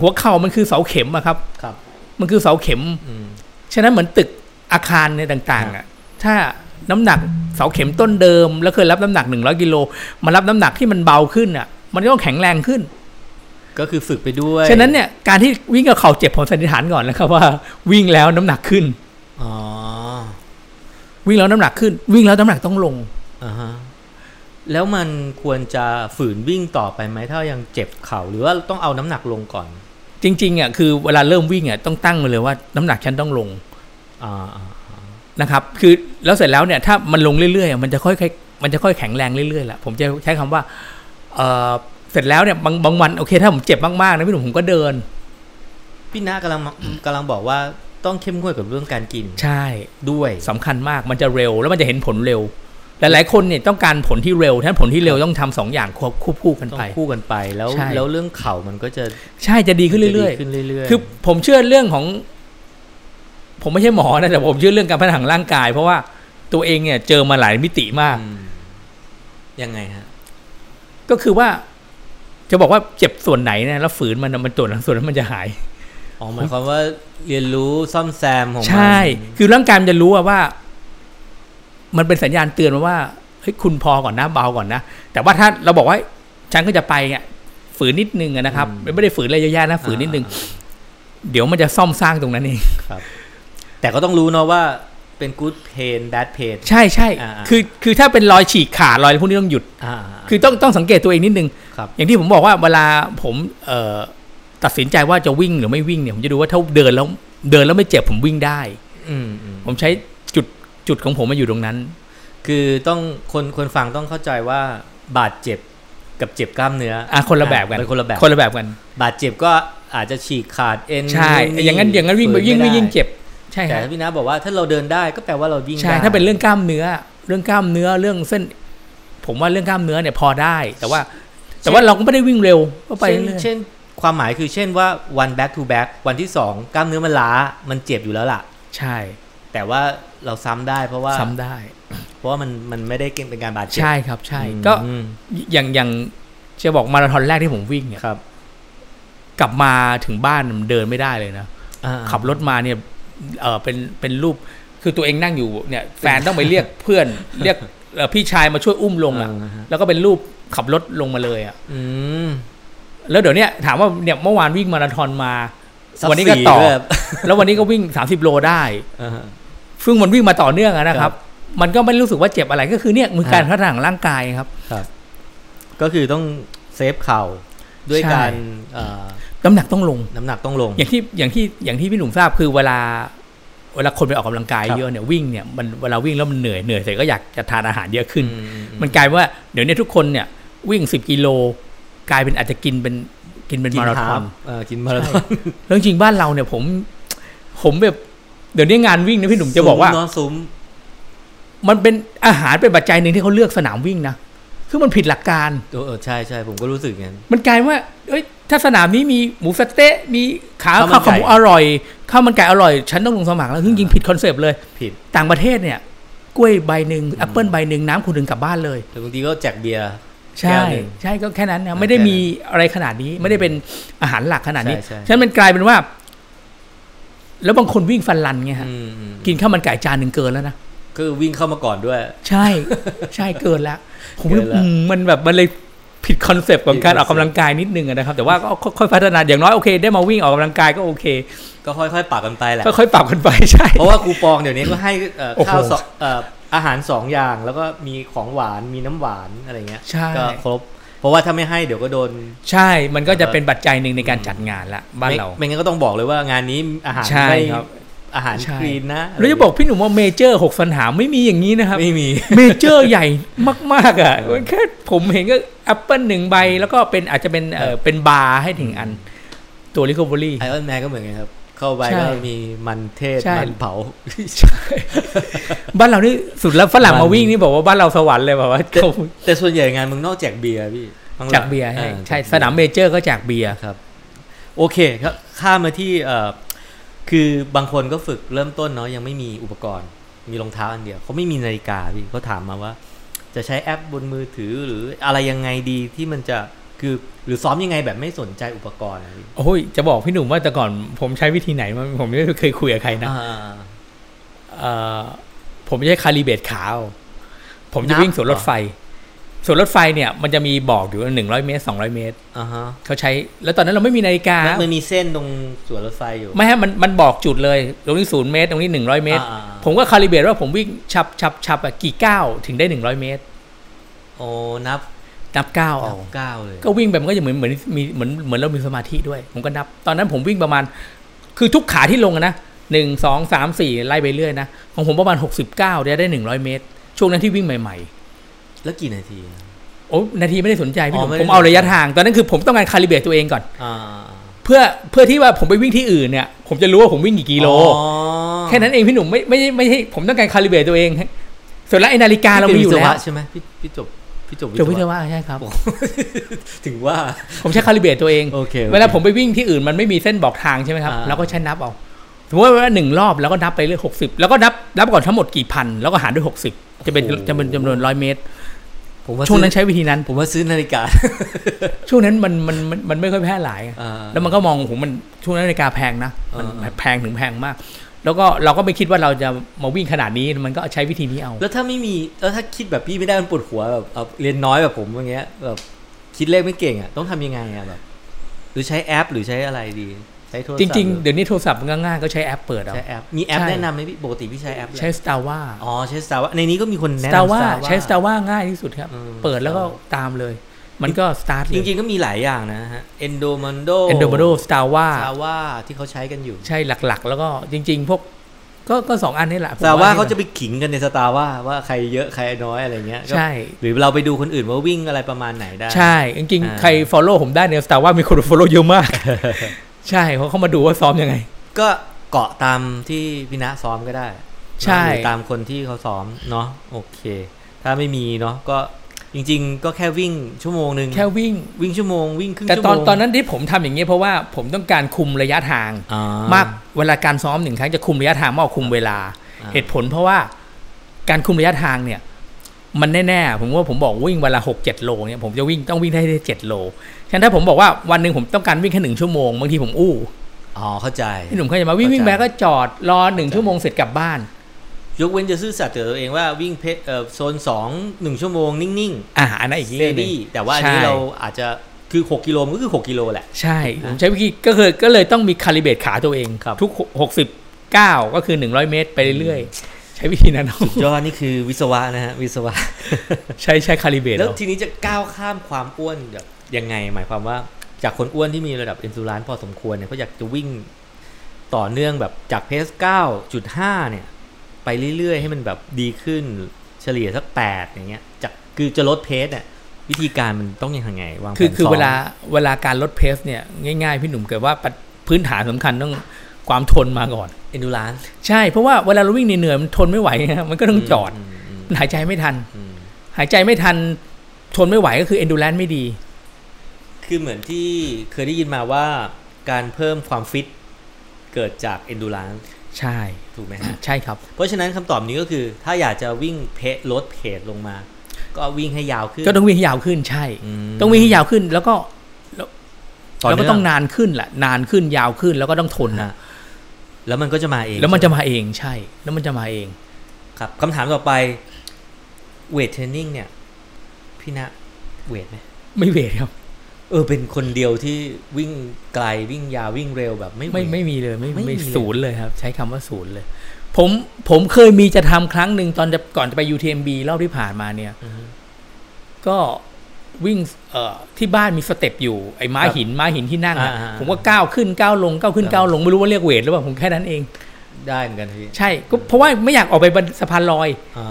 หัวเข่ามันคือเสาเข็มอะครับ
ครับ
มันคือเสาเข็ม
อืม
ฉะนั้นเหมือนตึกอาคารในยต่างๆอะถ้าน้ำหนักเสาเข็มต้นเดิม แล้วเคยรับน้ำหนักหนึ่งร้อยกิโลมารับน้ำหนักที่มันเบาขึ้นอะมันก็ต้องแข็งแรงขึ้น
ก็คือฝึกไปด้วย
ฉะนั้นเนี่ยการที่วิ่งกับเข่าเจ็บผมสันนิษฐานก่อนนะครับว่าวิ่งแล้วน้ำหนักขึ้น
อ๋อ
วิ่งแล้วน้ำหนักขึ้น วิ่งแล้วน้ำหนักต้องลง
อ่าฮะแล้วมันควรจะฝืนวิ่งต่อไปไหมถ้ายังเจ็บเข่าหรือว่าต้องเอาน้ำหนักลงก่อน
จริงๆอ่ะคือเวลาเริ่มวิ่งอ่ะต้องตั้งไว้เลยว่าน้ำหนักฉันต้องลง
อ่าอ่า
นะครับคือแล้วเสร็จแล้วเนี่ยถ้ามันลงเรื่อยๆอ่ะมันจะค่อยๆมันจะค่อยแข็งแรงเรื่อยๆแหละผมจะใช้คำว่าเออเสร็จแล้วเนี่ยบางบางวันโอเคถ้าผมเจ็บมากๆนะพี่หนุ่มผมก็เดิน
พี่นากำลังกำลังบอกว่าต้องเข้มงวดกับเรื่องการกิน
ใช่
ด้วย
สำคัญมากมันจะเร็วแล้วมันจะเห็นผลเร็วหลายๆคนเนี่ยต้องการผลที่เร็วท่านผลที่เร็วต้องทำสองอย่างควบควบคู่กัน
ต้อ
ไป
งคู่กันไปแล้ว
ใช่
แล้วเรื่องเข่ามันก็จะ
ใช่จะดีขึ้นเรื่อย
จะดีขึ้นเรื่อย
ๆ
ๆ
คือผมเชื่อเรื่องของ ผมไม่ใช่หมอนะแต่ผมเชื่อเรื่องการพัฒนาของร่างกาย เพราะว่าตัวเองเนี่ยเจอมาหลายมิติมาก
มยังไงฮะ
ก็คือว่า จะบอกว่าเจ็บส่วนไหนเนี่ยแล้วฝืนมันนะมันตรวจส่วนนั้นมันจะหาย
อ๋อหมายความว่าเรียนรู้ซ่อมแซมของมัน
ใช่ คือร่างกายมันจะรู้อะว่า มันเป็นสัญญาณเตือนมาว่าเฮ้ยคุณพอก่อนนะเบาก่อนนะแต่ว่าถ้าเราบอกว่าฉันก็จะไปเนี่ยฝืนนิดนึงอะนะครับไม่ได้ฝืนอะไรเยอะแยะนะฝืนนิดนึง
อ่า
เดี๋ยวมันจะซ่อมสร้างตรงนั้นเอง
ครับ แต่ก็ต้องรู้เนาะว่าเป็น good pain bad pain
ใช่ใช่
อ่าอ่า
คือคือถ้าเป็นรอยฉีกขาดรอยอะไรพวกนี้ต้องหยุด
อ่า
คือต้องต้องสังเกตตัวเองนิดนึง
ครับ
อย่างที่ผมบอกว่าเวลาผมเอ่อตัดสินใจว่าจะวิ่งหรือไม่วิ่งเนี่ยผมจะดูว่าถ้าเดินแล้วเดินแล้วไม่เจ็บผมวิ่งได้
อืมอืม
ผมใช้จุดจุดของผมมาอยู่ตรงนั้น
คือต้องคนคนฟังต้องเข้าใจว่าบาดเจ็บกับเจ็บกล้ามเนื้ออ่ะ
อ่ะคนละแบบกัน
เป็นคนละแบบ
คนละแบบกัน
บาดเจ็บก็อาจจะฉีกขาดเอ็น
ใช่
นู่
อย่างนั้นอย่างนั้นวิ่งไป
ฝื
ยิ่ง
ไม่
วิ่ง
ได้
ยิ่งเจ็บ ใช่ค
แต่
รับ
พี่นะบอกว่าถ้าเราเดินได้ก็แปลว่าเราวิ่ง
ใช่
ได้
ถ้าเป็นเรื่องกล้ามเนื้อ เรื่องกล้ามเนื้อเรื่องเส้น ผมว่าเรื่องกล้ามเนื้อเนี่ยพอได้ แต่ว่า แต่ว่าเราก็ไม่ได้วิ่งเร็วก็ไป
เช่น
เรื่อย
เช่นความหมายคือเช่นว่า one back to back วันที่สองกล้ามเนื้อมันล้ามันเจ็บอยู่แล้วล่ะ
ใช่
แต่ว่าเราซ้ำได้เพราะว่า
ซ้ำได้
เพราะว่ามันมันไม่ได้เก่งเป็นการบาดเจ็บ
ใช่ครับใช่
อืม
ก็ อย่างอย่างจะบอกมาราธอนแรกที่ผมวิ่งเนี่ย
ครับ
กลับมาถึงบ้านเดินไม่ได้เลยนะ
อ่า
ขับรถมาเนี่ยเออเป็นเป็นรูปคือตัวเองนั่งอยู่เนี่ยแฟนต้องไปเรียกเพื่อน เรียกเอ่อพี่ชายมาช่วยอุ้มลงอ่ะ
อ่าฮะ
แล้วก็เป็นรูปขับรถลงมาเลยอ่ะ
อืม
แล้วเดี๋ยวเนี้ยถามว่าเนี่ยเมื่อวานวิ่งมาราธอนมา วันนี้ก็
ซับสี
ต่อ
ด้วย
แล้ววันนี้ก็วิ่ง 30 โลได้
อ่าฮะ
ซึ่งมันวิ่งมาต่อเนื่องอะนะค
ครั
รับ
บ
มันก็ไม่รู้สึกว่าเจ็บอะไรก็คือเนี่ยมือการพัฒนาของร่างกายครับ
ครับก็คือต้องเซฟเข่าด้วย
ใช่
การเอ่อ
น้ำหนักต้องลง
น้ำหนักต้องลง
อย่างที่อย่างที่อย่างที่พี่หนุ่มทราบคือเวลา เวลาคนไปออกกำลังกาย
ครับ
เยอะเนี่ยวิ่งเนี่ยมันเวลาวิ่งแล้วมันเหนื่อยเหนื่อยเสร็จก็อยากจะทานอาหารเยอะขึ้น
อืม
มันกลายว่าเดี๋ยวเนี้ทุกคนเนี่ยวิ่ง 10 กิโลกลายเป็นอาจจะกินเป็นกินเป็น
กิ
มาราธ
ฮ
อน
ฟเออกินมาราธอน
เรื่องจริงบ้านเราเนี่ยผม ผมแบบเดี๋ยวนี้งานวิ่งนะพี่หนุ่มจะบอกว่า
ซุ้มเนาะซุ้ม
มันเป็นอาหารเป็นปัจจัยหนึ่งที่เขาเลือกสนามวิ่งนะคือมันผิดหลักการ
เออเออใช่ใช่ผมก็รู้สึกอย่างนั้น
มันกลายว่าเอ้ย ถ้าสนามนี้มีหมูสะเต๊ะ มีขา
ข้าวมั
ข้าวน ขา
ไก่
หมูอร่อย ข้าวมันไก่อร่อย ฉันต้องลงสมัครแล้วซึ่งจริงๆผิดคอนเซปต์เลย
ผิด
ต่างประเทศเนี่ย กล้วยใบหนึ่งแอปเปิลใบหนึ่งน้ำคุณถึงกลับบ้านเลย
แต่บางทีก็แจกเบียร์
ใช่
แก้วหนึ่ง
ใช่ก็แค่นั้นนะไม่ได้
แก้วหนึ่ง
มีอะไรขนาดนี้ ไม่ได้เป็นอาหารหลักขนาดนี้
ใช่ใช่
ฉะนั้นมันกลายเป็นว่า แล้วบางคนวิ่งฟันลันไงฮะ
อืมอืม
กินข้าวมันไก่จานหนึ่งเกินแล้วนะ
คือวิ่งเข้ามาก่อนด้วย
ใช่ ใช่เกินละผม
เกินละ
อืมมันแบบมันเลยผิดคอนเซปต์ของการ
ผิดคอนเซปต์
ออกกำลังกายนิดนึงอะนะครับ แต่ว่าก็ค่อยๆพัฒนาอย่างน้อยโอเค ได้มาวิ่งออกกำลังกายก็โอเค
ก็ค่อยๆปรับกันไปแหละ
ค่อยๆปรับกันไปใช่
เพราะว่าคูปองเดี๋ยวนี้ก็ให้เอ่อ
โอ้โห
ข้าวสองเอ่ออาหารสองอย่างแล้วก็มีของหวานมีน้ำหวานอะไรเงี้ย
ใช่
ก็ครบ เพราะว่าถ้าไม่ให้เดี๋ยวก็โดน
ใช่มันก็จะเป็นปัจจัยหนึ่งในการจัดงานละบ้าน
ไม่
เรา
ไม่งั้นก็ต้องบอกเลยว่างานนี้อาหาร
ใช่
ไม่
ครับ
อาหารคลีนนะ
แล้วจะบอกพี่หนุ่มว่าเมเจอร์หกปัญหาไม่มีอย่างนี้นะครับ
ไม่มี
เมเจอร์ใหญ่มาก ๆ อ่ะ
เออ
แค่ผมเห็นก็แอปเปิลหนึ่งใบ แล้วก็เป็นอาจจะเป็นเอ
ค
อ
รับ
เป็นบาร์ให้ถึงอันตัว recovery
ไอออนแมนก็เหมือนกันครับ เข้าไป
ใช่
ก็มีมันเทศ
ใช่
มันเผา
บ้านเรานี่สุดแล้วฝรั่ง
มัน
มาวิ่งนี่บอกว่าบ้านเราสวรรค์เลยแบบว่า
แต่
เขา
แต่ส่วนใหญ่งานเมึงนอกแจกเบียร์พี่ข้งหลัง
จากเบียร์
อ่
ใช่
แจกเบียร์
ใช่สนามเมเจอร์ก็จากเบียร์
ครับ โอเคครับข้ามมาที่เอ่อคือบางคนก็ฝึกเริ่มต้นเนาะยังไม่มีอุปกรณ์ มีรองเท้าอันเดียวเขาไม่มีนาฬิกาพี่เขาถามมาว่า จะใช้แอปบนมือถือหรืออะไรยังไงดีที่มันจะคือหรือซ้อมยังไงแบบไม่สนใจอุปกรณ์อะพี่
โอ้ยจะบอกพี่หนุ่มว่าแต่ก่อนผมใช้วิธีไหนมันผมไม่เคยคุยกับใครนะ
อ่า
เอ่อผมใช้คาลิเบตขาว ผมจะ
นับ
วิ่งสวนรถไฟสวนรถไฟเนี่ย มันจะมีบอกอยู่หนึ่งร้อยเมตรสองร้อยเมตร
อ่าฮะ
เขาใช้ แล้วตอนนั้นเราไม่มีนาฬิกา
แล้วมันมีเส้นตรงสวนรถไฟอยู่
ไม่ฮะมันมันบอกจุดเลย ตรงนี้ศูนย์เมตร ตรงนี้หนึ่งร้อยเมตร
อ่าๆ
ผมก็คาลิเบรตว่าผมวิ่งชับชับชับอะกี่ก้าวถึงได้หนึ่งร้อยเมตร
โอ้นับ
นับก้าว
นั
เอา
บเก้าเลย
ก็วิ่งไปมันก็จะเหมือนเหมือนมีเหมือนเหมือนเรามีสมาธิด้วย ผมก็นับ ตอนนั้นผมวิ่งประมาณ คือทุกขาที่ลงอะนะหนึ่งสองสามสี่ไล่ไปเรื่อยนะ ของผมประมาณหกสิบเก้าได้ได้หนึ่งร้อยเมตร ช่วงนั้นที่วิ่งใหม่
แล้วกี่นาที
ๆ โอ้นาทีไม่ได้สนใจพี่หนุ่
อ๋อไม่
ม
ได้
ผมเอาระยะทาง ตอนนั้นคือผมต้องการคาลิเบรตตัวเองก่อน
อ่า
เพื่อเพื่อที่ว่าผมไปวิ่งที่อื่นเนี่ย ผมจะรู้ว่าผมวิ่งกี่กิโล
อ๋อ
แค่นั้นเองพี่หนุ่มไม่ไม่ใช่ไม่ใช่ผมต้องการคาลิเบรตตัวเอง ส่วนละไอ้นาฬิกาเรามีอยู่แล้ว
พี่เป็นศะใช่ไหมพี่พี่จบพี่จบ
จบวิศวะใช่ครับ
โอ้ ถึงว่า
ผมใช้คาลิเบรตตัวเอง
โอเคโอเค
เวลาผมไปวิ่งที่อื่นมันไม่มีเส้นบอกทางใช่ไหมครับ
อ่า
เราก็ใช้นับเอาสมมติว่าหนึ่งรอบแล้วก็นับไปเรื่อยหกสิบแล้วก็นับนับก่อนทั้งหมดกี่พัน แล้วก็หารด้วยหกสิบจะเป็นจะเป็นจำนวนร้อยเมตร
ผมว่า
ช่วงนั้นใช้วิธีนั้น
ผมว่าซื้อนาฬิกา
ช่วงนั้นมันมันมันมันไม่ค่อยแพร่หลาย
อ่า
แล้วมันก็มองผมมันช่วงนั้นนาฬิกาแพงนะมัน
อ่า
แพงถึงแพงมาก แล้วก็เราก็ไม่คิดว่าเราจะมาวิ่งขนาดนี้มันก็ใช้วิธีนี้เอา
แล้วถ้าไม่มีแล้วถ้าคิดแบบพี่ไม่ได้มันปวดหัวแบบเอาเรียนน้อยแบบผมอย่างเงี้ยแบบคิดเลขไม่เก่งอ่ะต้องทำยังไงอ่ะแบบ หรือใช้แอปหรือใช้อะไรดี ใช้โทรศัพ
จ
ท์
ริง
ห
ๆ
อ
เดี๋ยวนี้โทรศัพท์มันก็ง่ายก็ใช้แอปเปิดเอา
ใช้แอปมีแอป
ใช่
แนะนำไหมพี่ปกติพี่ใช้แอปอะไร
ใช้ Star w a
อ๋อใช้สตาร์วในนี้ก็มีคนแนะ
Star
นำ
w a
Strava
ใช้ Star w a ง่ายที่สุดครับ
อืม
เปิดแล้วก็ตามเลย มันก็ start เล
จ
ย
ริง ๆก็มีหลายอย่างนะฮะ Endomondo
Endomodo Star w a
ซาวาที่เขาใช้กันอยู่
ใช่หลักๆ แล้วก็จริง ๆ พวกก็ก็สองอันนี่แหละผม
แต่ว่า
นี่
เขาจะไปขิงกันในสตาร์ว่าว่าใครเยอะใครน้อยอะไรเงี้ยก็
ใช่
หรือเราไปดูคนอื่นว่าวิ่งอะไรประมาณไหนได้
ใช่ จริง
อ่า
ๆ ใคร follow ผมได้เนี่ย Star w a มีคน follow เยอะ มาก ใช่เขาเข้ามาดูว่าซ้อมยังไง
ก็เกาะตามที่พินะซ้อมก็ได้
ใช่
หรือตามคนที่เขาซ้อมเนาะโอเค ถ้าไม่มีเนาะก็จริง ๆ ก็แค่วิ่งชั่วโมงหนึ่ง
แค่วิ่ง
วิ่งชั่วโมงวิ่งครึ่ง
แต่
ชั่ว
ต
โม
อน
ง
ตอนนั้นที่ผมทำอย่างนี้ยเพราะว่าผมต้องการคุมระยะทาง
อ่
มากเวลาการซ้อมหนึ่งครั้งจะคุมระยะทางมากกว่าคุมเวลา
อ่า
เหตุผลเพราะว่าการคุมระยะทางเนี่ย มันแน่ๆผมว่าผมบอกวิ่งเวนลาหกเจ็ดโลเนี่ยผมจะวิ่งต้องวิ่งให้ได้เจ็ดโลฉะนั้นถ้าผมบอกว่าวันหนึ่งผมต้องการวิ่งแค่หนึ่งชั่วโมงบางทีผมอู้
อ๋อเข้าใจ
พี่หนุ่มเคยจะมาวิ่งวิ่ง
เข้าใจ
แบก็จอดรอหนึ่งชั่วโมงเสร็จกลับบ้าน
ยกเว้นจะซื่อสัตย์กับตัวเองว่าวิ่งเพเอ่อโซนสองหนึ่งชั่วโมงนิ่ง
อ่าอันนั้นอีก
ๆ
เรื่องหนึง
ดี้แต่ว่าอันนี้
ใช่
เราอาจจะคือ6กิโลมันก็คือ6กิโล แหละ
ใช่ผมใช้วิธีก็คือก็เลยต้องมีคาลิเบตขาตัวเอง
ครับ
ทุกหกสิบเก้าก็คือหนึ่งร้อยเมตรไปเรื่อยๆใช้วิธีนั้นเอา
ยอดนี่คือวิศวะนะฮะวิศวะ
ใช้ใช้คาลิเบต
แล้ว
เอา
ทีนี้จะก้าวข้ามความอ้วนแบบยังไง หมายความว่าจากคนอ้วนที่มีระดับอินซูลินพอสมควรเนี่ยเขาอยากจะวิ่งต่อเนื่องแบบจากเพส9.5 เนี่ย ไปเรื่อยๆ ให้มันแบบดีขึ้นเฉลี่ยสัก 8 อย่างเงี้ยจากคือจะลดเพสเนี่ยวิธีการมันต้องยังไงวางแผน
คือคือ
ซ้ม
เวลาเวลาการลดเพสเนี่ยง่ายๆ พี่หนุ่มเกิดว่าปัจพื้นฐานสำคัญต้องความทนมาก่อน
อินซูลิน
ใช่เพราะว่าเวลาเราวิ่งเหนื่อยๆมันทนไม่ไหวไงมันก็ต้องจอด
มอืม
หายใจไม่ทัน
อืม
หายใจไม่ทัน ทนไม่ไหวก็คือ endurance ไม่ดี
คือเหมือนที่เคยได้ยินมาว่าการเพิ่มความฟิตเกิดจากอินซูลิน
ใช่
ถูกไหมฮะ
ใช่ครับ
เพราะฉะนั้นคำตอบนี้ก็คือ ถ้าอยากจะวิ่งเพะลดเพจลงมา ก็วิ่งให้ยาวขึ้น
ก็ต้องวิ่งให้ยาวขึ้นใช่
ม
ต้องวิ่งให้ยาวขึ้นแล้วก็
ต่อ
แล้ว
เนื่
ก็ต้องนานขึ้นแหละนานขึ้นยาวขึ้นแล้วก็ต้องทนนะ
ฮะแล้วมันก็จะมาเอง
แล้วมันจะมาเองใช่ แล้วมันจะมาเอง
ครับคำถามต่อไปเวทเทรนนิ่งเนี่ย พี่ณเวทไหม
ไม่เวทครับ
เออเป็นคนเดียวที่วิ่งไกลวิ่งยาววิ่งเร็วแบบไม่เวท
ไม่ไม่มีเลยไม่
ไม่มี
ไม่
เลย
ศูนย์เลยครับ ใช้คำว่าศูนย์เลย ผมผมเคยมีจะทำครั้งหนึ่งตอนจะก่อนจะไป UTMB รอบที่ผ่านมาเนี่ย
อืม
ก็วิ่งเอ่อที่บ้านมีสเต็ปอยู่ไอ้ม้า
ครับ
หินม้าหินที่นั่งอะ
อ่าๆ
ผมก็ก้าวขึ้นก้าวลงก้าวขึ้นก้าวลงไม่รู้ว่าเรียกเวทหรือเปล่าผมแค่นั้นเอง
ได้เหมือนกันพี่
ใช่ก็เพราะว่าไม่อยากออกไปบนสะพานลอย
อ่า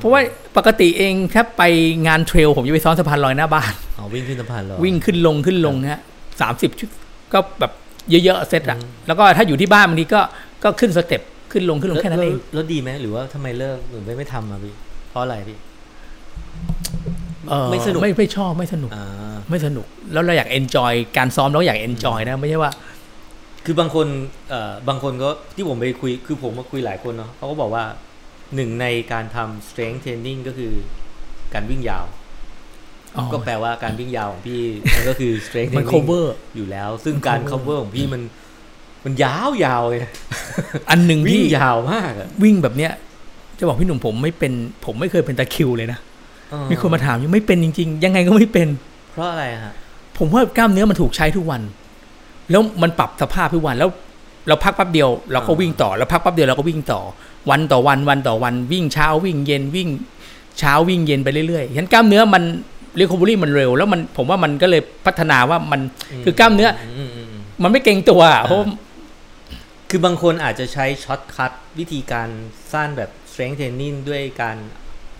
เพราะว่าปกติเองถ้าไปงานเทรลผมจะไปซ้อนสะพานลอยหน้าบ้าน
อ๋อวิ่งขึ้นสะพานเหรอ
วิ่งขึ้นลงขึ้นลงฮะสามสิบชุดก็แบบเยอะๆเซตอะ
อืม
แล้วก็ถ้าอยู่ที่บ้านบางทีก็ก็ขึ้นสเต็ปขึ้นลงขึ้นลงแค่นั้นเอง
ล้วแล้วดีไหมหรือว่าทำไมเลิกหรือไม่ไม่ทำอ่ะพี่เพราะอะไรพี่
เอ่อ
ไม่สนุก
ไม่ไม่ชอบไม่สนุก
อ่า
ไม่สนุก แล้วเราอยากเอนจอยการซ้อมเราอยากเอนจอยนะไม่ใช่ว่า
คือบางคนเอ่อบางคนก็ที่ผมไปคุยคือผมมาคุยหลายคนเนาะเขาก็บอกว่าหนึ่งในการทำ strength training ก็คือการวิ่งยาว
อ๋อ
ก็แปลว่าการวิ่งยาวของ พี่ มันก็คือ strength
มัน
training
cover
อยู่แล้ว ซึ่งการ cover ของพี่มันมันยาวยาวเลยนะ
อันหนึ่ง
วิ่
ที่
งยาวมากอะ
วิ่งแบบเนี้ย จะบอกพี่หนุ่มผมไม่เป็น ผมไม่เคยเป็นตะคริวเลยนะ
เออ
มีคนมาถามยังไม่เป็นจริง ๆ ยังไงก็ไม่เป็น
เพราะอะไรฮะ
ผมว่ากล้ามเนื้อมันถูกใช้ทุกวัน แล้วมันปรับสภาพทุกวันแล้ว เราพักแป๊บเดียวเราก็วิ่งต่อแล้วพักแป๊บเดียวเราก็วิ่งต่อ วันต่อวันวันต่อวันวิ่งเช้าวิ่งเย็นวิ่งเช้าวิ่งเย็นไปเรื่อยๆฉะนั้นกล้ามเนื้อมันเรคอบูรี่มันเร็ว แล้วมันผมว่ามันก็เลยพัฒนาว่ามันคือกล้ามเนื้อ
มมอืม
มันไม่เกรงตัวอะเพราะ
คือบางคนอาจจะใช้ช็อตคัทวิธีการสร้างแบบ strength training ด้วยการ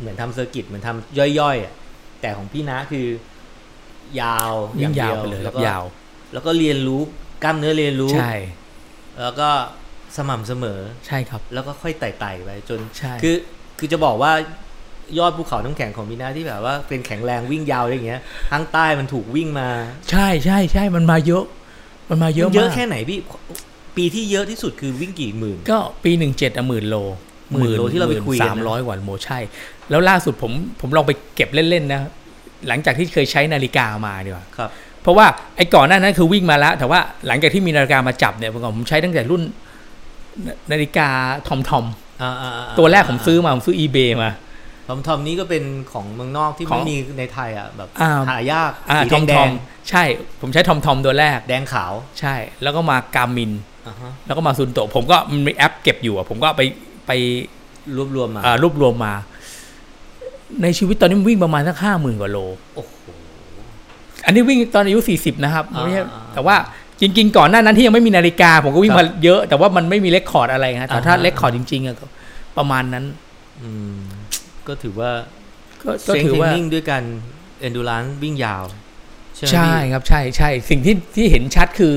เหมือนทำเซอร์กิตเหมือนทำย่อยๆอะแต่ของพี่นะคือยาวอ
ยิ่
ย่างงเดี
ยาว
ว
ไปเลยค
แล้ว
รับ
ก็
ยาว
แล้วก็เรียนรู้กล้ามเนื้อเรียนรู้
ใช่
แล้วก็สม่ำเสมอ
ใช่ครับ
แล้วก็ค่อยไต่ๆไปจน
ใช่
คือคือจะบอกว่ายอดภูเขาน้ำแข็งของพี่นะที่แบบว่าเป็นแข็งแรงวิ่งยาวอะไรอย่างเงี้ยทางใต้มันถูกวิ่งมา
ใช่ใช่ใช่มันมาเยอะ มันมาเยอะ
มันเยอะ
มาก
แค่ไหนพี่ปีที่เยอะที่สุดคือวิ่งกี่หมื่น
ก็ปีหนึ่งเจ็ดอะหมื่นโล
หมื่นโลที่เราไปคุยกันนะ
สามร้อยกว่าโลใช่ แล้วล่าสุดผมผมลองไปเก็บเล่น ๆ นะ หลังจากที่เคยใช้นาฬิกามาดีกว่า
ครับ
เพราะว่าไอ้ก่อนหน้านั้นคือวิ่งมาแล้ว แต่ว่าหลังจากที่มีนาฬิกามาจับเนี่ยผมก็ผมใช้ตั้งแต่รุ่นนาฬิกาทอมทอม
อ่าๆๆ
ตัวแรกผมซื้อมา ผมซื้อ eBay มา
ทอมทอมนี้ก็เป็นของเมืองนอกที่
ของ
ไม่มีในไทยอ่ะแบบ
อ่า
หายาก
อ่า
สี
ทอม
แด
ทอง มใช่ ผมใช้ทอมทอมตัวแรก
ๆแดงขาว
ใช่ แล้วก็มากามิน
อ่าฮะ
แล้วก็มาซุนโตะผมก็มันมีแอปเก็บอยู่อะผมก็ไปไป
รวบรวมมา
อ่ารวบรวมมา ในชีวิตตอนนี้มันวิ่งประมาณสักห้าหมื่นกว่าโล
โอ้โห
อันนี้วิ่งตอนอายุสี่สิบนะครับ
อ่า
ไม่ใช่
อ่า
แต่ว่าจริง ๆ ก่อนหน้านั้นที่ยังไม่มีนาฬิกา ผมก็วิ่งมาเยอะ แต่ว่ามันไม่มีเรคคอร์ดอะไรนะแต่ถ้า
อ่า
เรคคอร์ดจริงๆอะก็ประมาณนั้น
อืมก็ถือว่า
ก็ก็
strength
ถือว่า
training ด้วยกัน endurance วิ่งยาว ใช่ไหม
ใช่
พี่
ครับใช่ใช่สิ่งที่ที่เห็นชัดคือ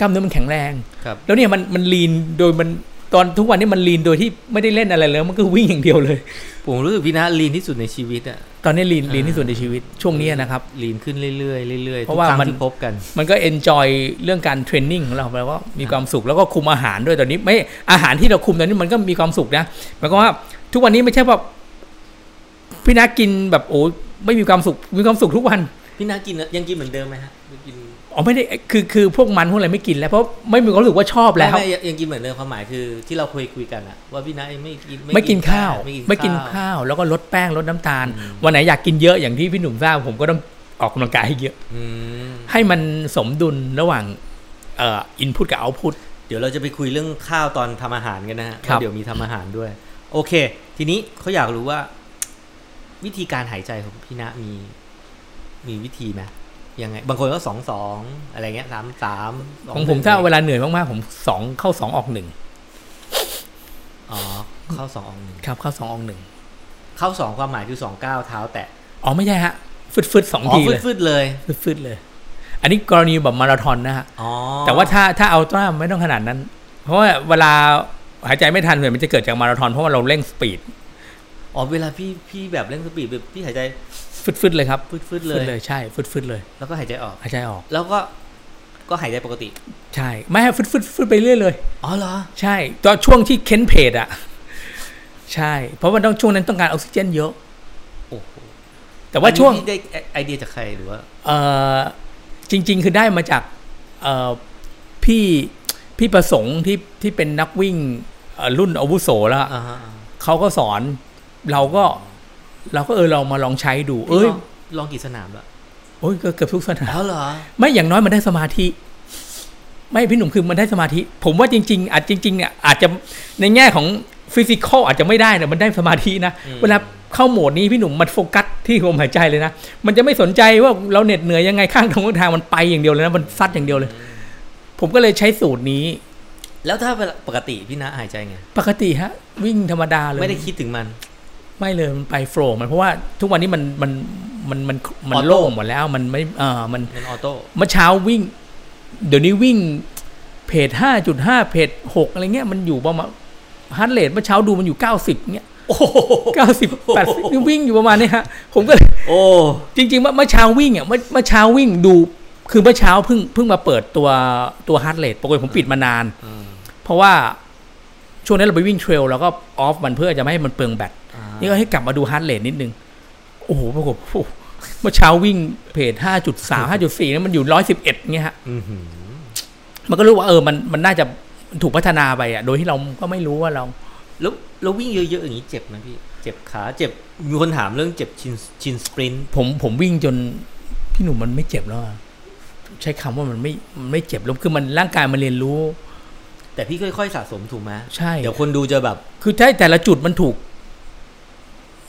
กล้ามเนื้อมันแข็งแรง
ครับ
แล้วเนี่ยมันมันลีนโดยมันตอนทุกวันนี้มันลีนโดยที่ไม่ได้เล่นอะไรเลยมันก็วิ่งอย่างเดียวเลย
ผมรู้สึกพี่นะลีนที่สุดในชีวิตอ่ะ
ตอนนี้ลีนลีนที่สุดในชีวิตช่วงนี้นะครับ
ลีนขึ้นเรื่อยๆเรื่อยๆ
เพราะว่า
ทุกครั้ง
มัน
ที่พบกัน
มันก็เอนจอยเรื่องการเทรนนิ่งของเราแล้วก็มีความสุขแล้วก็คุมอาหารด้วยตอนนี้ ไม่อาหารที่เราคุมตอนนี้มันก็มีความสุขนะหมายความว่าทุกวันนี้ไม่ใช่แบบพี่นักกินแบบโอ้ไม่มีความสุขมีความสุขทุกวัน
พี่นะกินอะยังกินเหมือนเดิมไหมฮะยังกิน
อ๋อไม่ได้คือคือพวกมันพวกอะไรไม่กินแล้วเพราะไม่มีความรู้สึกว่าชอบแล้ว
ไม่ไม่ยังกินเหมือนเดิมความหมายคือที่เราเคยคุยกันอะว่าพี่นะไม่กิน
ไม่กินข้าว
ไม่
ไม่
กิ
กิ
น
น
ข้าว
ข้าวแล้วก็ลดแป้งลดน้ำตาล
อืม
วันไหนอยากกินเยอะอย่างที่พี่หนุ่มทราบผมก็ต้องออกกำลังกายให้เยอะ
อืม
ให้มันสมดุลระหว่างเอ่ออินพุตกับเอาพุต
เดี๋ยวเราจะไปคุยเรื่องข้าวตอนทำอาหารกันนะฮะ
ครับ
ว่าเดี๋ยวมีทำอาหารด้วย โอเค ทีนี้เขาอยากรู้ว่า วิธีการหายใจของพี่ณมี มีวิธีไหมยังไง บางคนก็สองสองอะไรเงี้ยสามสามส
ของผมถ้าเวลาเหนื่อยมากๆผมสองเข้าสองออกหนึ่ง
อ๋อเข้าสองออกหนึ่ง
ครับเข้าสองออกหนึ่ง
เข้าสองความหมายคือสองก้าวเท้าแตะ
อ๋อไม่ใช่ฮะฟึดฟึดๆสอง
อ๋อ
ทีเลย
ฟืดๆเลย
ฟึดฟึดๆเลย อันนี้กรณีแบบมาราธอนนะฮะ
อ๋อ
แต่ว่าถ้าถ้าเอาตราไม่ต้องขนาดนั้น เพราะว่าเวลาหายใจไม่ทันเหมือนมันจะเกิดจากมาราธอนเพราะว่าเราเร่งสปีด
อ๋อเวลาพี่พี่แบบเร่งสปีดแบบพี่หายใจ
ฟึดฟึดๆเลยครับ
ฟืดๆเล
ฟึด
ย
เลยใช่ฟึดฟึดๆเลย
แล้วก็หายใจออก
หายใจออก
แล้วก็ก็หายใจปกติ
ใช่ไม่ฮะฟึดฟึดฟึดไปเรื่อยเลย
อ๋อเหรอ
ใช่ตอนช่วงที่เค้นเพจอะใช่ เพราะว่าต้องช่วงนั้นต้องการออกซิเจนเยอะ
โอ้โห
แต่ว่าช่วง
อันนี้ได้ไอเดียจากใครหรือว่า
เอ่อจริง ๆ คือได้มาจากเอ่อพี่พี่ประสงค์ที่ที่เป็นนักวิ่งเอ่อรุ่นอาวุโสแล้วอะ
อ่าฮะ
เขาก็สอนเราก็เราก็เออเรามาลองใช้ดู
พี่
เอ้ย
ลองลองกี่สนามละ
โอ้ยก็เกือบทุกสนาม
แล้วเหรอ
ไม่อย่างน้อยมันได้สมาธิ ไม่พี่หนุ่มคือมันได้สมาธิ ผมว่าจริง ๆ อาจจริงๆเนี่ยอาจจะในแง่ของฟิสิกอลอาจจะไม่ได้แต่มันได้สมาธินะ
อืม
เวลาเข้าโหมดนี้พี่หนุ่มมันโฟกัสที่ลมหายใจเลยนะมันจะไม่สนใจว่าเราเหน็ดเหนื่อยยังไงข้างตรงข้างทางมันไปอย่างเดียวเลยนะมันซัดอย่างเดียวเลย ผมก็เลยใช้สูตรนี้
แล้วถ้าเวลาปกติพี่นะหายใจไง
ปกติฮะ วิ่งธรรมดาเลย
ไม่ได้คิดถึงมัน
ไม่เลยมันไปโฟล์มันเพราะว่าทุกวันนี้มันมันมันมันมัน
ออโต้
โล่งหมดแล้วมันไม่เออมัน
เป็นออโต้
เมื่อเช้าวิ่ง เดี๋ยวนี้วิ่งเพจห้าจุดห้าเพจหกอะไรเงี้ยมันอยู่ประมาณฮาร์ดเรทเมื่อเช้าดูมันอยู่เก้าสิบเงี้ย
โอ้
เก้าสิบแปดสิบวิ่งอยู่ประมาณเนี้ยฮะผมก็เลย
โอ้
จริงๆว่าเมื่อเช้าวิ่งอ่ะเมื่อเมื่อเช้าวิ่งดู คือเมื่อเช้าเพิ่งเพิ่งมาเปิดตัวตัวฮาร์ดเรทปกติผมปิดมานาน
อืม
เพราะว่าช่วงนั้นเราไปวิ่งเทรลแล้วก็ออฟมันเพื่อจะไม่ให้มันเปลืองแบต
อ่า
นี่ก็ให้กลับมาดูฮาร์ดเรทนิดนึง โอ้โหปรากฏโอ้โหเมื่อเช้าวิ่งเพจห้าจุดสามห้าจุดสี่นั้นมันอยู่ร้อยสิบเอ็ดเงี้ยฮะ
อื้อหือ
มันก็รู้ว่าเออ มัน มันน่าจะถูกพัฒนาไปอ่ะ โดยที่เราก็ไม่รู้ว่าเรา
แล้วแล้ววิ่งเยอะๆอย่างนี้เจ็บไหมพี่ เจ็บขาเจ็บมีคนถามเรื่องเจ็บชินชินสปรินต์
ผม ผมวิ่งจนพี่หนุ่มมันไม่เจ็บแล้วอะใช้คำว่ามันไม่ มันไม่เจ็บแล้วคือมันร่างกายมันเรียนรู้
แต่พี่ค่อยๆสะสมถูกไหม
ใช่
เดี๋ยวคนดูจะแบบ
คือถ้าแต่ละจุดมันถูก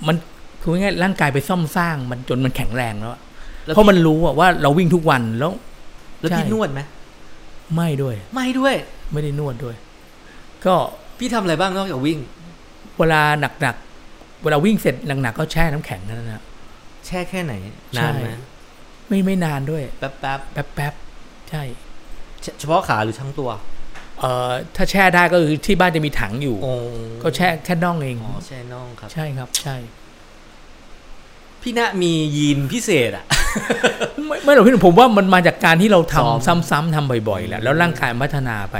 มันคือง่ายๆร่างกายไปซ่อมสร้างมันจนมันแข็งแรงแล้วอะ
แล้ว
เพราะมันรู้อะว่าเราวิ่งทุกวันแล้ว
แล้วพี่
ใช่
นวดไหม
ไม่ด้วย
ไม่ด้วย
ไม่ได้นวดด้วย ก็
พี่ทำอะไรบ้างนอกจากวิ่ง
เวลาหนักๆ เวลาวิ่งเสร็จหนักๆ ก็แช่น้ำแข็งนั่นนะ
แช่แค่ไหน
ใช่
นานไหม
ไม่ไม่นานด้วย
แป๊บ
แป๊บๆ ใช่
ๆเฉเฉพาะขาหรือทั้งตัว
เอ่อถ้าแช่ได้ก็คือที่บ้านจะมีถังอยู่
โอ้
ก็แช่แค่น่องเอง
อ๋อแช่น่องครับ
ใช่ครับ ใช่
พี่ณมียีนพิเศษอ่ะ
ไม่ไม่หรอกพี่หนุ่มผมว่ามันมาจากการที่เราทำ
ซ้อม
ซ้ำๆทำบ่อยๆแหละแล้วร่างกายมันพัฒนาไป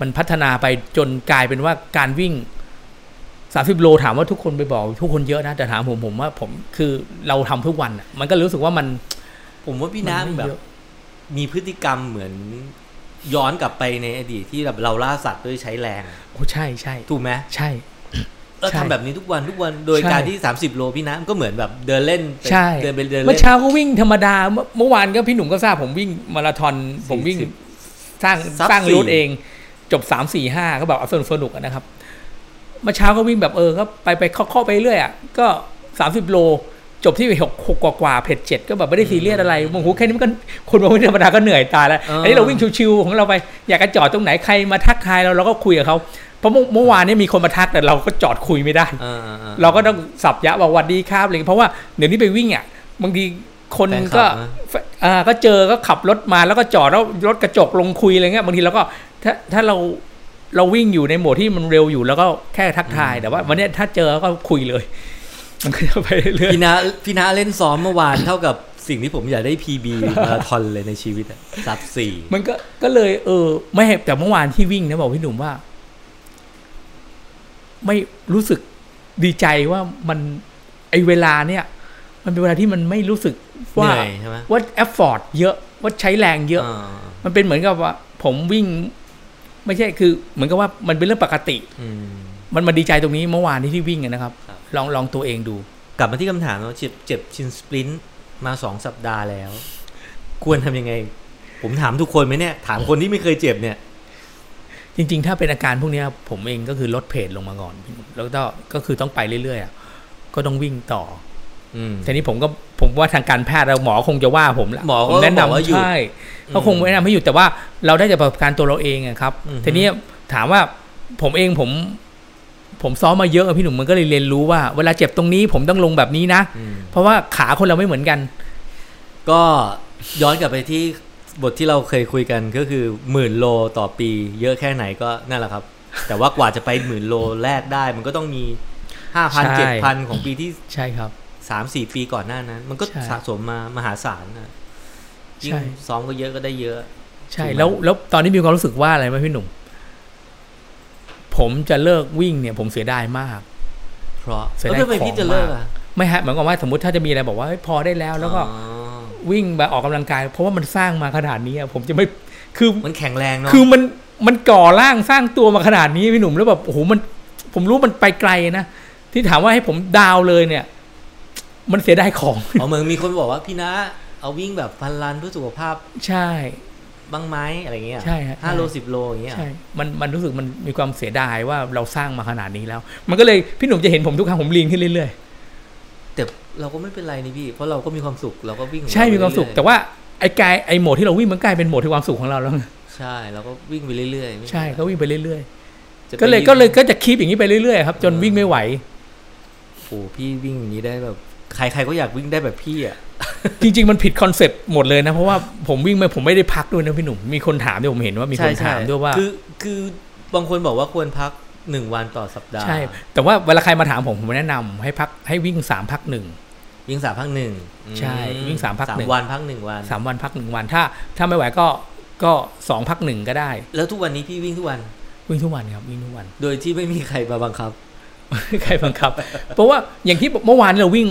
มันพัฒนาไปจนกลายเป็นว่าการวิ่งสามสิบโลถามว่าทุกคนไปบอก ทุกคนเยอะนะแต่ถามผมผมว่าผมคือเราทำทุกวันอะมันก็รู้สึกว่ามัน
ผมว่าพี่
มั
ณ
ไม่
แบบ
เยอะ
มีพฤติกรรมเหมือนย้อนกลับไปในอดีตที่แบบเราล่าสัตว์ด้วยใช้แรง
โอ้ใช่ใช่
ถูกไหม
ใช่
เรา
ใช่
ทำแบบนี้ทุกวันทุกวันโดย
ใช่
การที่ 30 โลพี่น้ำก็เหมือนแบบเดินเล่นไป
ใช่
เดินไปเดิน
เมื่
เล่
อน เช้าก็วิ่งธรรมดาเมื่อเมื่อวานก็พี่หนุ่มก็ทราบผมวิ่งมาราธอนผมวิ่งสร้าง
ซับ
สร้าง
สี่
รูทเอง จบสามสี่ห้าก็แบบเอาสนุกสนุกอะนะครับเมื่อเช้าก็วิ่งแบบเออก็ไปไปเคาะๆไปเรื่อยอ่ะก็สามสิบโล จบที่หกหกกว่าๆเพจเจ็ดก็แบบไม่ได้ซีเรียสอะไรมองหูแค่นี้มันก็คนมาวิ่งธรรมดาก็เหนื่อยตายแล้ว
เอออั
อันนี้เราวิ่งชิวๆของเราไปอยากจะจอดตรงไหนใครมาทักทายเราเราก็คุยกับเขาเพราะเมื่อเมื่อวานเนี่ยมีคนมาทักแต่เราก็จอดคุยไม่ได้
เออออ
เราก็ต้องสับยะบอกหวัดดีครับอะไรอย่างเงี้ยเพราะว่าเดี๋ยวนี้ไปวิ่งอ่ะบางทีคนก็
แฟนคลับนะ
อ่าก็เจอก็ขับรถมาแล้วก็จอดแล้วรถกระจกลงคุยอะไรเงี้ยบางทีเราก็ถ้าถ้าเราเราวิ่งอยู่ในโหมดที่มันเร็วอยู่แล้วก็แค่ทักทาย
อืม
แต่ว่าวันเนี้ยถ้าเจอก็คุยเลย มันก็จะไปเรื่อย
พี่น้าพี่น้าเล่นซ้อมเมื่อวาน เท่ากับสิ่งที่ผมอยากได้ PB มาราธอนเลยในชีวิตอะสับสี่
มันก็ก็เลย เออ ไม่เห็นแต่เมื่อวานที่วิ่งนะบอกพี่หนุ่มว่า ไม่รู้สึกดีใจว่ามันไอเวลาเนี่ย มันเป็นเวลาที่มันไม่รู้สึก
เห
ว่า
นื่อยใช่ไหม
ว่าแอฟฟอร์ดเยอะว่าใช้แรงเยอะ
า
มันเป็นเหมือนกับว่า ผมวิ่ง ไม่ใช่คือ เหมือนกับว่ามันเป็นเรื่องปกติ
อืม
มันมาดีใจตรงนี้เมื่อวานที่ที่วิ่งอะนะครับ
ครับ
ลองลองตัวเองดู
กลับมาที่คำถามเราเจ็บเจ็บชินสปรินต์มาสองสัปดาห์แล้ว ควรทำยังไง ผมถามทุกคนไหมเนี่ย ถามคนที่ไม่เคยเจ็บเนี่ย
จริง ๆ ถ้าเป็นอาการพวกเนี้ยผมเองก็คือลดเพจลงมาก่อน แล้วก็ก็คือต้องไปเรื่อยๆอะก็ต้องวิ่งต่อ
อืม
ทีนี้ผมก็ผมว่าทางการแพทย์เราหมอคงจะว่าผมละ
หมอก็
ผแนะ
บอก
นำ
ว่าหยุด
ใช่เขาคงแนะนำให้หยุดแต่ว่าเราได้จากประสบการณ์ตัวเราเองอะครับ
อือฮึ
ทีนี้ถามว่าผมเองผม ผมซ้อมมาเยอะอะพี่หนุ่มมันก็เลยเรียนรู้ว่าเวลาเจ็บตรงนี้ผมต้องลงแบบนี้นะ
อืม
เพราะว่าขาคนเราไม่เหมือนกัน
ก็ย้อนกลับไปที่บทที่เราเคยคุยกันก็คือหมื่นโลต่อปี เยอะแค่ไหนก็นั่นแหละครับ แต่ว่ากว่าจะไปหมื่นโลแรกได้ มันก็ต้องมีห้าพัน
ใช่
เจ็ดพันของปีที่
ใช่ครับ
สามสี่ปีก่อนหน้านั้น มันก็
ใช่
สะสมมามหาศาลนะยิ่ง
ใช่
ซ้อมก็เยอะก็ได้เยอะ
ใช่
ถูกไหม
แล้วแล้วตอนนี้มีความรู้สึกว่าอะไรไหมพี่หนุ่ม ผมจะเลิกวิ่งเนี่ย ผมเสียดายมาก
เพราะ
เสีย
แล้ว
ดาย
ทำไมพี่
ของ
จะเลิก
มาก
อ่ะ
ไม่ฮะเหมือนกับว่าสมมติถ้าจะมีอะไรบอกว่าเฮ้ยพอได้แล้วแล้วก็
อ๋อ
วิ่งไปออกกำลังกาย เพราะว่ามันสร้างมาขนาดนี้อะผมจะไม่คือ
มันแข็งแรงเนาะ
คือมันมันก่อร่างสร้างตัวมาขนาดนี้พี่หนุ่มแล้วแบบโอ้โหมันผมรู้มันไปไกลนะ ที่ถามว่าให้ผมดาวเลยเนี่ย มันเสียดายของ
อ๋อเหมือนมีคนบอกว่าพี่นะเอาวิ่งแบบพันลันเพื่อสุขภาพ
ใช่
บ้างไหมอะไรเงี้ย
ใช่ฮะ
ห้าโลสิบโลอย่างเงี้ย
ใช่ มันมันรู้สึกมันมีความเสียดายว่าเราสร้างมาขนาดนี้แล้ว มันก็เลยพี่หนุ่มจะเห็นผมทุกครั้งผมลีนขึ้นเรื่อย
แต่เราก็ไม่เป็นไรนี่พี่ เพราะเราก็มีความสุขเราก็วิ่งของ
ๆ
เร
ใช่มีความสุข
เรื่อยๆ
แต่ว่าไอ้กายไอ้โหมดที่เราวิ่งมันกลายเป็นโหมดที่ความสุขของเราแล้วไง
ใช่เราก็วิ่งไปเรื่อยๆไม่
ใช่ก็วิ่งไปเรื่อย
จะ
ๆ
ไป
ก็เลย
วิ่ง
ก็เลยก็จะคีบอย่างนี้ไปเรื่อยๆครับจน
เออ
วิ่งไม่ไหว
โอ้โหพี่วิ่งอย่างนี้ได้แบบใครๆก็อยากวิ่งได้แบบพี่อ่ะ
จริงๆ มันผิดคอนเซปต์หมดเลยนะ เพราะว่าผมวิ่งมาผมไม่ได้พักด้วยนะพี่หนุ่ม มีคนถามด้วยผมเห็นว่ามีคน
ใช่ใช่
ถามด้วยว่า
คือคือบางคนบอกว่าควรพักหนึ่งวันต่อสัปดาห์
ใช่ แต่ว่าเวลาใครมาถามผม ผมแนะนำให้พักให้วิ่งสามพักหนึ่ง
วิ่งสามพักหนึ่งอืม
ใช่วิ่งสามพักหนึ่ง
วันพักหนึ่งวัน
สามวันพักหนึ่งวันถ้า ถ้าไม่ไหวก็ก็สองพักหนึ่งก็ได้
แล้วทุกวันนี้พี่วิ่งทุกวัน
วิ่งทุกวันครับวิ่งทุกวัน
โดยที่ไม่มีใครมาบังคับ
ใครบังคับ เพราะว่าอย่างที่เมื่อวานเราวิ่ง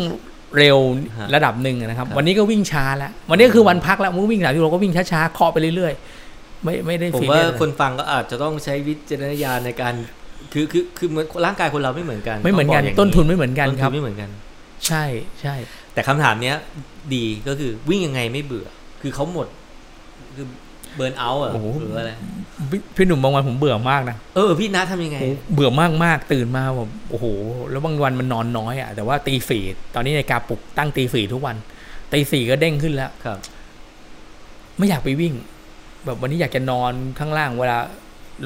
เร็ว
ฮะ
ระดับหนึ่งนะครับ
ครับ
วันนี้ก็วิ่งช้าแล้ววันนี้ก็คือวันพักแล้วมันวิ่งสามกิโลก็วิ่งช้าๆเคาะไปเรื่อยๆไม่ไม่ได้
ผม
ซี
ว่า
เรียสอะไร
คนฟังก็อาจจะต้องใช้วิจารณญาณในการ คือคือคือเหมือนร่างกายคนเราไม่เหมือนกัน
ไม่เหมือนกัน
งบย่าง
ต้นทุนไม่เหมือนกัน
ต้
ครับ
ไม่เหมือนกัน
ใช่ใช่
แต่คำถามเนี้ยดีก็คือวิ่งยังไงไม่เบื่อ คือเขาหมดคือเบิร์นเอาท์อ่ะ
โอ้โห
หรืออะไร
พี่พี่หนุ่มบางวันผมเบื่อมากนะ
เออพี่นะทำยังไง
โอ้เบื่อมากมากๆตื่นมาแบบโอ้โห แล้วบางวันมันนอนน้อยอ่ะแต่ว่าตีสี่ตอนนี้ในาฬิกาปลุกตั้งตีสี่ทุกวันตีสี่ก็เด้งขึ้นแล้ว
ครับ
ไม่อยากไปวิ่ง แบบวันนี้อยากจะนอนข้างล่าง เวลา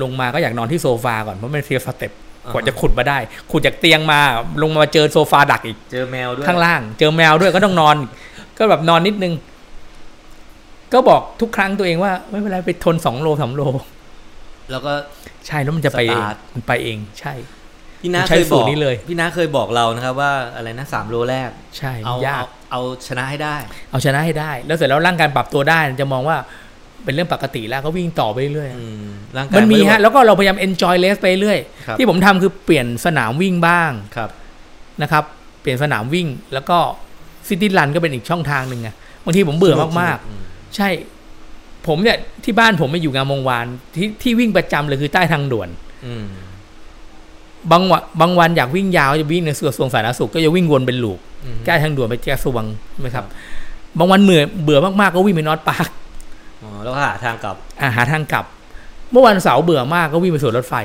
ลงมาก็อยากนอนที่โซฟาก่อนเพราะมันเทียสเต็ปกว่าจะขุดมาได้ ขุดจากเตียงมาลงมาเจอโซฟาดักอีก
เจอแมวด้วย
ข้างล่าง เจอแมวด้วยก็ต้องนอน ก็แบบนอนนิดนึง ก็บอกทุกครั้งตัวเองว่า ไม่เป็นไรไปทนสองโลสามโล
แล้วก็
ใช่แล้วมันจะไปเอง
สตาร์ท
มันไปเองใช่
พี่นา
ผมใช้
เคย
สู
บอ
ตร
ก
นี้เลย
พี่นาเคยบอกเรานะครับว่าอะไรนะสามโลแรก
ใช่
เอา
มันยาก
เอาเอาชนะให้ได้
เอาชนะให้ได้ แล้วเสร็จแล้วร่างกายปรับตัวได้ จะมองว่าเป็นเรื่องปกติแล้วก็วิ่งต่อไปเรื่อย
อืมร่างกาย
มันมี
ก็
ฮะ
จ
แล้วก็เราพยายาม enjoy less ไปเรื่อย
ครับ
ที่ผมทำคือเปลี่ยนสนามวิ่งบ้าง
ครับ
นะครับ เปลี่ยนสนามวิ่งแล้วก็ซิตี้รันก็เป็นอีกช่องทางหนึ่งไงบางทีผมเบื่อมากๆ ใช่ ผมเนี่ยที่บ้านผมไม่อยู่งามวงวานที่ที่วิ่งประจำเลยคือใต้ทางด่วน
อืม
บางวันบางวันอยากวิ่งยาวจะวิ่งในส่วนทรงสาธารณสุขก็จะวิ่งวนเป็นลูก
อืม
ใต้ทางด่วนไปแจ้สวงใช่ไหมครับ
ครับ
บางวันเบื่อเบื่อมากๆก็วิ่งไปนอตปาร์ค
อ๋อแล้วก็หาทางกลับ
อาหาทางกลับ เมื่อวันเสาร์เบื่อมากก็วิ่งไปสวนรถไฟ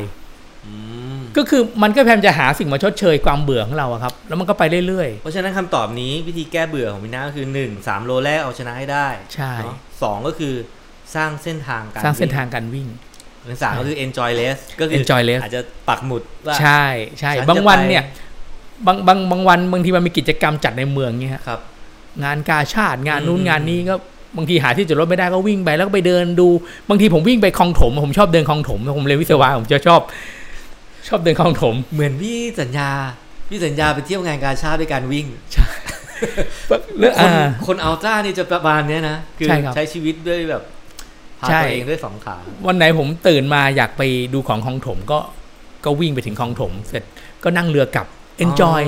อืม
ก็คือมันก็พยายามจะหาสิ่งมาชดเชยความเบื่อของเราอะครับ แล้วมันก็ไปเรื่อย
เพราะฉะนั้นคำตอบนี้วิธีแก้เบื่อของพี่นาก็คือหนึ่งสามโลแรกเอาชนะให้ได้
ใช่
เนอะสองก็คือสร้างเส้นทางการ
ๆ สร้างเส้นทางการวิ่ง
งสามก็คือ enjoy less ก็คือ
enjoy less
อาจจะปักหมุดว่า
ใช่ใช่
ฉันจะ
บางวัน
ไป
เนี่ยบางบางบางวันบางทีมันมีกิจกรรมจัดในเมืองเงี้ยฮะ
ครับ
งานกาชาติงานนู้น
อืม
งานนี้ก็บางทีหาที่จอดรถไม่ได้ก็วิ่งไปแล้วก็ไปเดินดู บางทีผมวิ่งไปคลองถม ผมชอบเดินคลองถมผมเรียนวิศวะผมจะชอบ ชอบเดินคลองถม
เหมือนพี่สัญญาพี่สัญญาไปเที่ยวงานกาชาติด้วยการวิ่ง คนคนอัลตร้านี่จะประมาณเนี้ยนะ คือ
ใช่ครับ
ใช้ชีวิตด้วยแบบพา
ใช่
ตัวเองด้วยสองขา
วันไหนผมตื่นมาอยากไปดูของคลองถมก็ก็วิ่งไปถึงคลองถม เสร็จก็นั่งเรือกลับ enjoy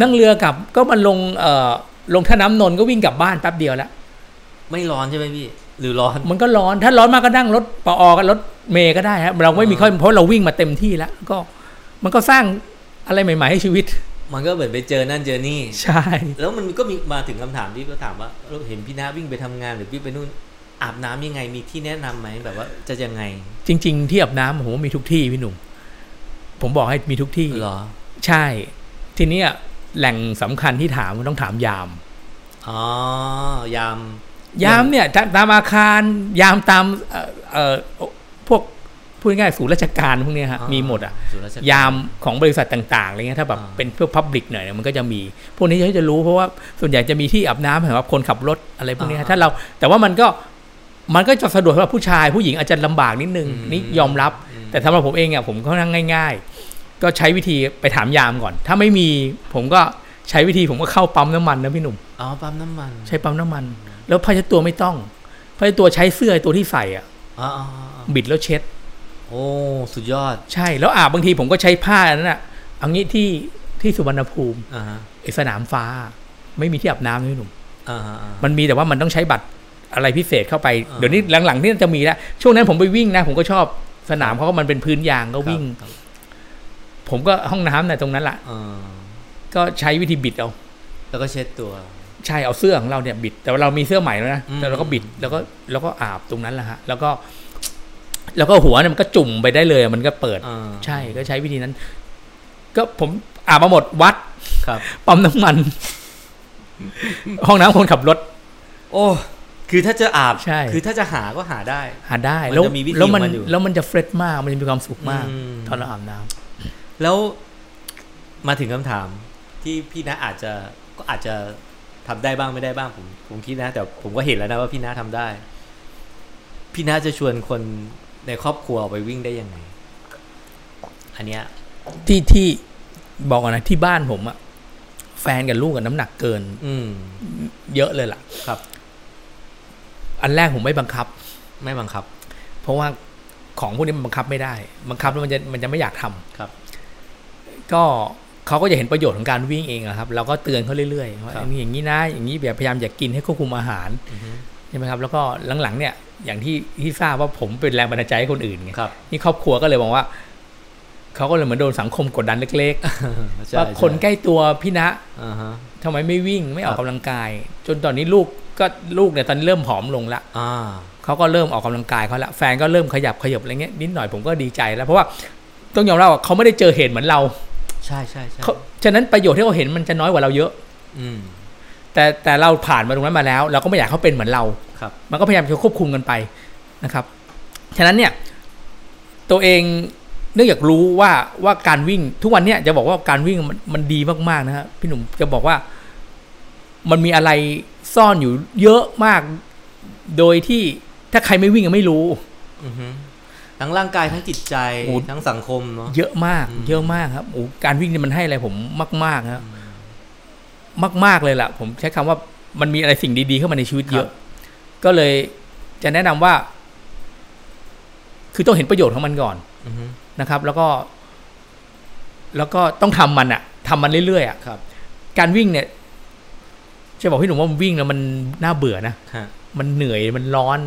นั่งเรือกลับก็มันลงเอ่อลงท่าน้ำนนท์ก็วิ่งกลับบ้านแป๊บเดียวแล้ว
ไม่ร้อนใช่ไหมพี่ หรือร้อน
มันก็ร้อนถ้าร้อนมากก็นั่งรถปออกันรถเมย์ก็ได้ฮะเราไม่มีข้อเพราะเราวิ่งมาเต็มที่แล้ว ก็มันก็สร้างอะไรใหม่ ๆ ให้ชีวิต
มันก็เหมือนไปเจอนั่นเจอนี่
ใช่
แล้วมันก็มีมาถึงคำถามที่ก็ถามว่าเราเห็นพี่นาวิ่งไปทำงานหรือพี่ไปนู่นอาบน้ำยังไงมีที่แนะนำไหมแบบว่าจะยังไง
จริง ๆ ที่อาบน้ำผมว่ามีทุกที่พี่หนุ่ม ผมบอกให้มีทุกที่
หรอ
ใช่ ทีเนี้ยแหล่งสำคัญที่ถามต้องถามยาม
อ๋อยาม
ยามเนี่ยตาตามอาคารยามตามเอ่อเอ่อพวกพูดง่ายๆศูนย์ราชการพวกเนี้ยฮะมีหมดอ่ะ
ศูนย์รชกร
ยามของบริษัทต่างๆอะไรเงี้ยถ้าแบบ
อ่า
เป็นพวกพับลิกหน่อยเนี่ยมันก็จะมี พวกนี้จะรู้เพราะว่าส่วนใหญ่จะมีที่อาบน้ำสำหรับคนขับรถอะไรพวกเนี้ยฮะถ้าเราแต่ว่ามันก็มันก็จะสะดวกสำหรับผู้ชายผู้หญิงอาจจะลำบากนิดนึงนี่ยอมรับ แต่สำหรับผมเองอ่ะผมก็นั่งง่าย ๆ ก็ใช้วิธีไปถามยามก่อน ถ้าไม่มีผมก็ใช้วิธีผมก็เข้าปั๊มน้ำมันนะพี่หนุ่ม
อ๋อปั๊มน้ำมัน
ใช้ปั๊มน้ำมัน แล้วผ้าเช็ดตัวไม่ต้องผ้าเช็ดตัวใช้เสื้อตัวที่ใส่อะ
อ๋ออ๋ออ๋อ
บิดแล้วเช็ด
โอ้สุดยอด
ใช่แล้วอาบบางทีผมก็ใช้ผ้านั้นอะเอางี้ที่ ที่สุวรรณภูมิ
อ่าฮะ
ไอสนามฟ้า ไม่มีที่อาบน้ำนี่หนุ่ม
อ่าฮะอ่าฮะ
มันมีแต่ว่ามันต้องใช้บัตรอะไรพิเศษเข้าไป
อ่า
เดี๋ยวนี้หลังๆนี่จะมีแล้วช่วงนั้นผมไปวิ่งนะ ผมก็ชอบสนามเขาก็มันเป็นพื้นยางก็วิ่ง
ครับ
ผมก็ห้องน้ำน่ะตรงนั้นละ
อ่า
ก็ใช้วิธีบิดเอา
แล้วก็เช็ดตัว
ใช่เอาเสื้อของเราเนี่ยบิด แต่ว่าเรามีเสื้อใหม่แล้วนะ
อืม
แต่เราก็บิดแล้วก็แล้วก็อาบตรงนั้นแหละฮะแล้วก็ แล้วก็หัวเนี่ยมันก็จุ่มไปได้เลยมันก็เปิด
อ่า
ใช่ก็ใช้วิธีนั้น ก็ผมอาบมาหมดวัด
ครับ
ปั๊มน้ำมัน ห้องน้ำคนขับรถ
โอ้คือถ้าจะอาบ
ใช่
คือถ้าจะหาก็หาได้
หาได้
มัน
แล้ว
จะมีวิธี
แล้วมัน
ของมันอยู่
แล้วมันจะเฟรชมากมันจะมีความสุขมาก
อืม
ตอนเราอาบน้ำ
แล้วมาถึงคำถามที่พี่นะอาจจะก็อาจจะทำได้บ้างไม่ได้บ้างผมผมคิดนะ แต่ผมก็เห็นแล้วนะว่าพี่นะทำได้ พี่นะจะชวนคนในครอบครัวไปวิ่งได้ยังไง อันเนี้ย
ที่ที่บอกก่อนนะที่บ้านผมอะแฟนกับลูกกับน้ำหนักเกิน
อืม
เยอะเลยล่ะ
ครับ
อันแรกผมไม่บังคับ
ไม่บังคับ
เพราะว่าของพวกนี้มันบังคับไม่ได้ บังคับแล้วมันจะมันจะไม่อยากทำ
ครับ
ก็เขาก็จะเห็นประโยชน์ของการวิ่งเองอะครับเราก็เตือนเขาเรื่อยๆว่า
ครับ
อย่างนี้อย่างนี้นะ อย่างนี้แบบพยายามอย่ากกินให้ควบคุมอาหาร
อือฮึ
ใช่ไหมครับ แล้วก็หลังๆ เนี่ย อย่างที่ที่ทราบว่าผมเป็นแรงบันดาลใจให้คนอื่นไง
ครับ
นี่ครอบครัวก็เลยมองว่าเขาก็เลยเหมือนโดนสังคมกดดันเล็กๆ
ใช่
ว่าคนใกล้ตัวพี่ณะ
อ่าฮะ
ทำไมไม่วิ่งไม่ออ
ค
ก
รับ
กำลังกาย จนตอนนี้ลูกก็ลูกเนี่ยตอนนเริ่มผอมลงละ
อ่า
เขาก็เริ่มออกกำลังกายเขาละแฟนก็เริ่มขยับขยับอะไรเงี้ยนิดหน่อยผมก็ดีใจแล้วเพราะว่าต้องยอมรับว่าเขาไม่ได้เจอเหตุเหมือนเรา
ใช่ใช่ใช่
เขาฉะนั้นประโยชน์ที่เขาเห็นมันจะน้อยกว่าเราเยอะ
อืม
แต่แต่เราผ่านมาตรงนั้นมาแล้ว เราก็ไม่อยากให้เขาเป็นเหมือนเรา
ครับ
มันก็พยายามจะควบคุมกันไปนะครับ ฉะนั้นเนี่ยตัวเองเนื่องจากรู้ว่าว่าการวิ่งทุกวันเนี่ยจะบอกว่าการวิ่งมันมันดีมากๆนะฮะพี่หนุ่มจะบอกว่ามันมีอะไรซ่อนอยู่เยอะมาก โดยที่ถ้าใครไม่วิ่งก็ไม่รู้
อือฮึทั้งร่างกายทั้งจิตใจ
โอ้
ทั้งสังคมเนาะ
เยอะมาก
อืม
เยอะมากครับโอ้การวิ่งเนี่ยมันให้อะไรผมมากๆนะ
อืม
มาก ๆเลยล่ะ ผมใช้คำว่ามันมีอะไรสิ่งดีๆเข้ามาในชีวิตเยอะ ก็เลยจะแนะนำว่า คือต้องเห็นประโยชน์ของมันก่อน
อือฮึ
นะครับแล้วก็แล้วก็ต้องทำมันอะทำมันเรื่อยๆอะ
ครับ
การวิ่งเนี่ยจะบอกพี่หนุ่มว่ามันวิ่งแล้วมันน่าเบื่อนะ
ฮะ
มันเหนื่อยมันร้อน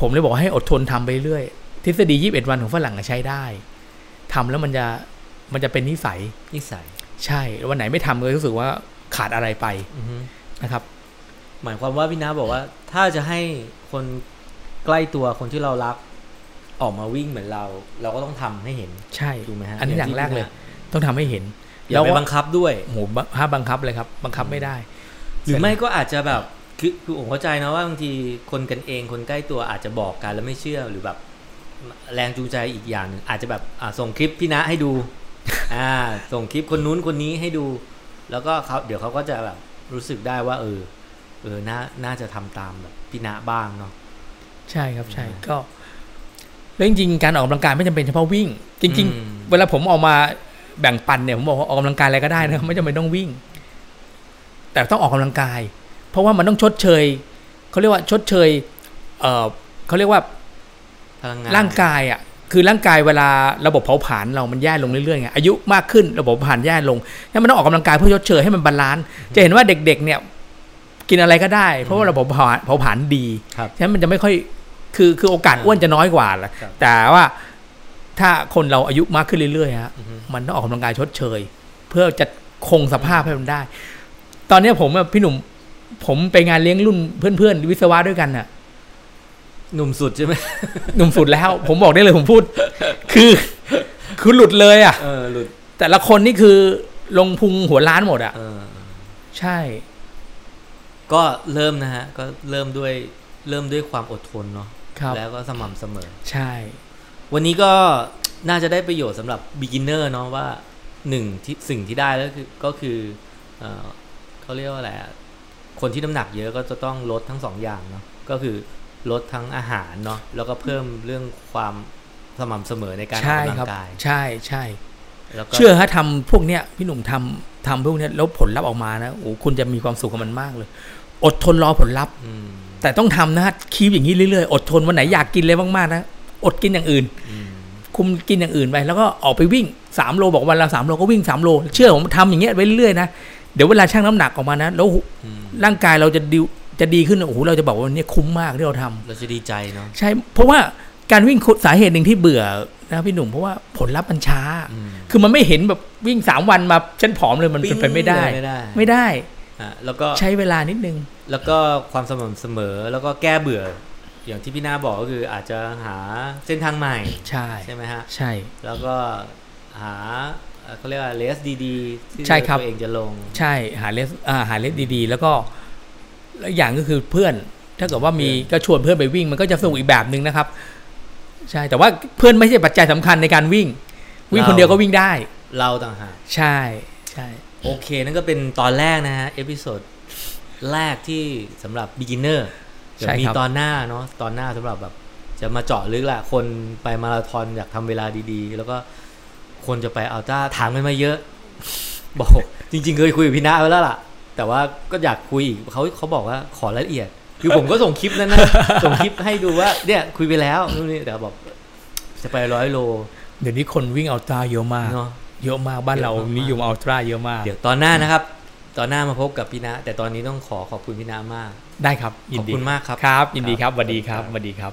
ผมเลยบอกให้อดทนทำไปเรื่อยทฤษฎียี่สิบเอ็ดวันของฝรั่งอะใช้ได้ทำแล้วมันจะมันจะเป็นนิสัย
นิสัย
ใช่แล้ววันไหนไม่ทำก็รู้สึกว่าขาดอะไรไป
อือฮึ
นะครับ
หมายความว่าพี่น้าบอกว่า ถ้าจะให้คนใกล้ตัวคนที่เรารัก ออกมาวิ่งเหมือนเรา เราก็ต้องทำให้เห็น
ใช่
ถูกไหมฮะ
อันนี้อย่างแรกเลย
ที่พี่
ต้องทำให้เห็น
นะอย่าไปบังคับด้วย
โอ้โหบังห้ามบังคับเลยครับ บังคับไม่ได้
หรือไม่ก็อาจจะแบบคือคือผมเข้าใจนะว่าบางทีคนกันเองคนใกล้ตัวอาจจะบอกกันแล้วไม่เชื่อหรือแบบ แรงจูงใจอีกอย่างหนึ่งอาจจะแบบอ่ะส่งคลิปพี่นะให้ดู อ่า ส่งคลิปคนนู้นคนนี้ให้ดู แล้วก็เขาเดี๋ยวเขาก็จะแบบรู้สึกได้ว่า เออ เออน่าน่าจะทำตามแบบพี่นะบ้างเนาะ
ใช่ครับใช่
อืม
ก็แล้วจริงๆการออกกำลังกายไม่จำเป็นเฉพาะวิ่ง จริง
อืม
ๆ เวลาผมออกมาแบ่งปันเนี่ยผมบอกว่าออกกำลังกายอะไรก็ได้นะครับไม่จำเป็นต้องวิ่ง แต่ต้องออกกำลังกาย เพราะว่ามันต้องชดเชยเขาเรียกว่าชดเชยเออเขาเรียกว่า
พลังงาน
ร่างกายอ่ะคือร่างกายเวลาระบบเผาผลาญเรามันแย่ลงเรื่อยๆไงอายุมากขึ้นระบบเผาผลาญแย่ลงงั้นมันต้องออกกำลังกายเพื่อชดเชยให้มันบาลานซ์จะเห็นว่าเด็ก ๆ เนี่ย กินอะไรก็ได้ เพราะว่าระบบเผาเผาผลาญดี
ครับ
ฉะนั้นมันจะไม่ค่อย คือ คือโอกาสอ้วนจะน้อยกว่าแหละ
ครับ
แต่ว่าถ้าคนเราอายุมากขึ้นเรื่อยๆฮะ
อือฮึ
มันต้องออกกำลังกายชดเชย เพื่อจะคงสภาพให้มันได้ ตอนเนี้ยผมอะพี่หนุ่ม ผมไปงานเลี้ยงรุ่นเพื่อนๆ วิศวะด้วยกันน่ะ
หนุ่มสุดใช่ไหม
หนุ่มสุดแล้ว ผมบอกได้เลยผมพูด คือ คือหลุดเลยอ่ะ
เออหลุด
แต่ละคนนี่คือลงพุงหัวล้านหมดอ่ะ
เออ
ใช่
ก็เริ่มนะฮะ ก็เริ่มด้วยเริ่มด้วยความอดทนเนาะ
ครับ
แล้วก็สม่ำเสมอ
ใช่
วันนี้ก็น่าจะได้ประโยชน์สำหรับ beginner เนาะว่าหนึ่งที่สิ่งที่ได้แล้วคือก็คือเออเขาเรียกว่าอะไรอะคนที่น้ำหนักเยอะก็จะต้องลดทั้งสองอย่างเนาะก็คือลดทั้งอาหารเนาะแล้วก็เพิ่มเรื่องความสม่ำเสมอในการออก
ใช่
กำลั
ครับ
งกาย
ใช่ใช่
แล้วก็
เชื่อฮะทำพวกเนี้ยพี่หนุ่มทำทำพวกเนี้ยแล้วผลลัพธ์ออกมานะโอ้โหคุณจะมีความสุขกับมันมากเลย อดทนรอผลลัพธ์
อืม
แต่ต้องทำนะฮะคีบอย่างนี้เรื่อยๆ อดทนวันไหนอยากกินเลยมากๆนะอดกินอย่างอื่น
อืม
ค คุมกินอย่างอื่นไปแล้วก็ออกไปวิ่งสามโลบอกวันละสามโลก็วิ่งสามโล เชื่อผมทำอย่างเงี้ยไปเรื่อยๆนะเดี๋ยวเวลาชั่งน้ำหนักออกมานะแล้ว
อืม
ร่างกายเราจะดีจะดีขึ้นโอ้โหเราจะบอกว่าวันนี้คุ้มมากที่เราทำ
เราจะดีใจเนาะ
ใช่ เพราะว่าการวิ่งสาเหตุหนึ่งที่เบื่อนะพี่หนุ่มเพราะว่าผลลัพธ์มันช้า
อืม
คือมันไม่เห็นแบบวิ่งสามวันมาฉันผอมเลยมันเป็นไปไม่ได้
ไม่ได้
ไม่ได้
อ่ะแล้วก็
ใช้เวลานิดนึง
แล้วก็ความสม่ำเสมอแล้วก็แก้เบื่อ อย่างที่พี่นาบอกก็คืออาจจะหาเส้นทางใหม่
ใช่
ใช่ไหมฮะ
ใช่
แล้วก็หาเอ่อเขาเรียกว่าเลสดีๆที่
ใช่ครับ
ตัวเองจะลง
ใช่หาเลสอ่าหาเลสดีๆ แล้วก็และอย่างก็คือเพื่อน ถ้าเกิดว่ามี
เพื่อน
ก็ชวนเพื่อนไปวิ่งมันก็จะสนุกอีกแบบหนึ่งนะครับ ใช่แต่ว่าเพื่อนไม่ใช่ปัจจัยสำคัญในการวิ่ง วิ่งคนเดียวก็วิ่งได้
เราต่างหาก
ใช่ใช่
โอเค นั่นก็เป็นตอนแรกนะฮะ เอพิโซดแรกที่สำหรับ beginner เดี๋ยวมีตอนหน้าเนาะตอนหน้าสำหรับแบบ จะมาเจาะลึกละคนไปมาราธอนอยากทำเวลาดีๆ แล้วก็คนจะไปอัลต้าถามกันมาเยอะ บอกจริง ๆ เคยคุยกับพี่นาไปแล้วล่ะ แต่ว่าก็อยากคุยอีกเขาเขาบอกว่าขอรายละเอียด คือผมก็ส่งคลิปนั้นนะ ส่งคลิปให้ดูว่าเนี่ยคุยไปแล้วนู่นนี่แต่บอกจะไปร้อยโล
เดี๋ยวนี้คนวิ่งอัลตร้าเยอะมาก
เนาะ
เยอะมากบ้านเรา
เยอะมาก
นิยมอัลตร้าเยอะมาก
เดี๋ยวตอนหน้านะครับ ตอนหน้ามาพบกับพี่นะ แต่ตอนนี้ต้องขอขอบคุณพี่นะมาก
ได้ครับ ยิ
ข
น
อบ
ดี
คุณมากครับ
ครับ ยินดีครับสวัสดีครับสวัสดีครับ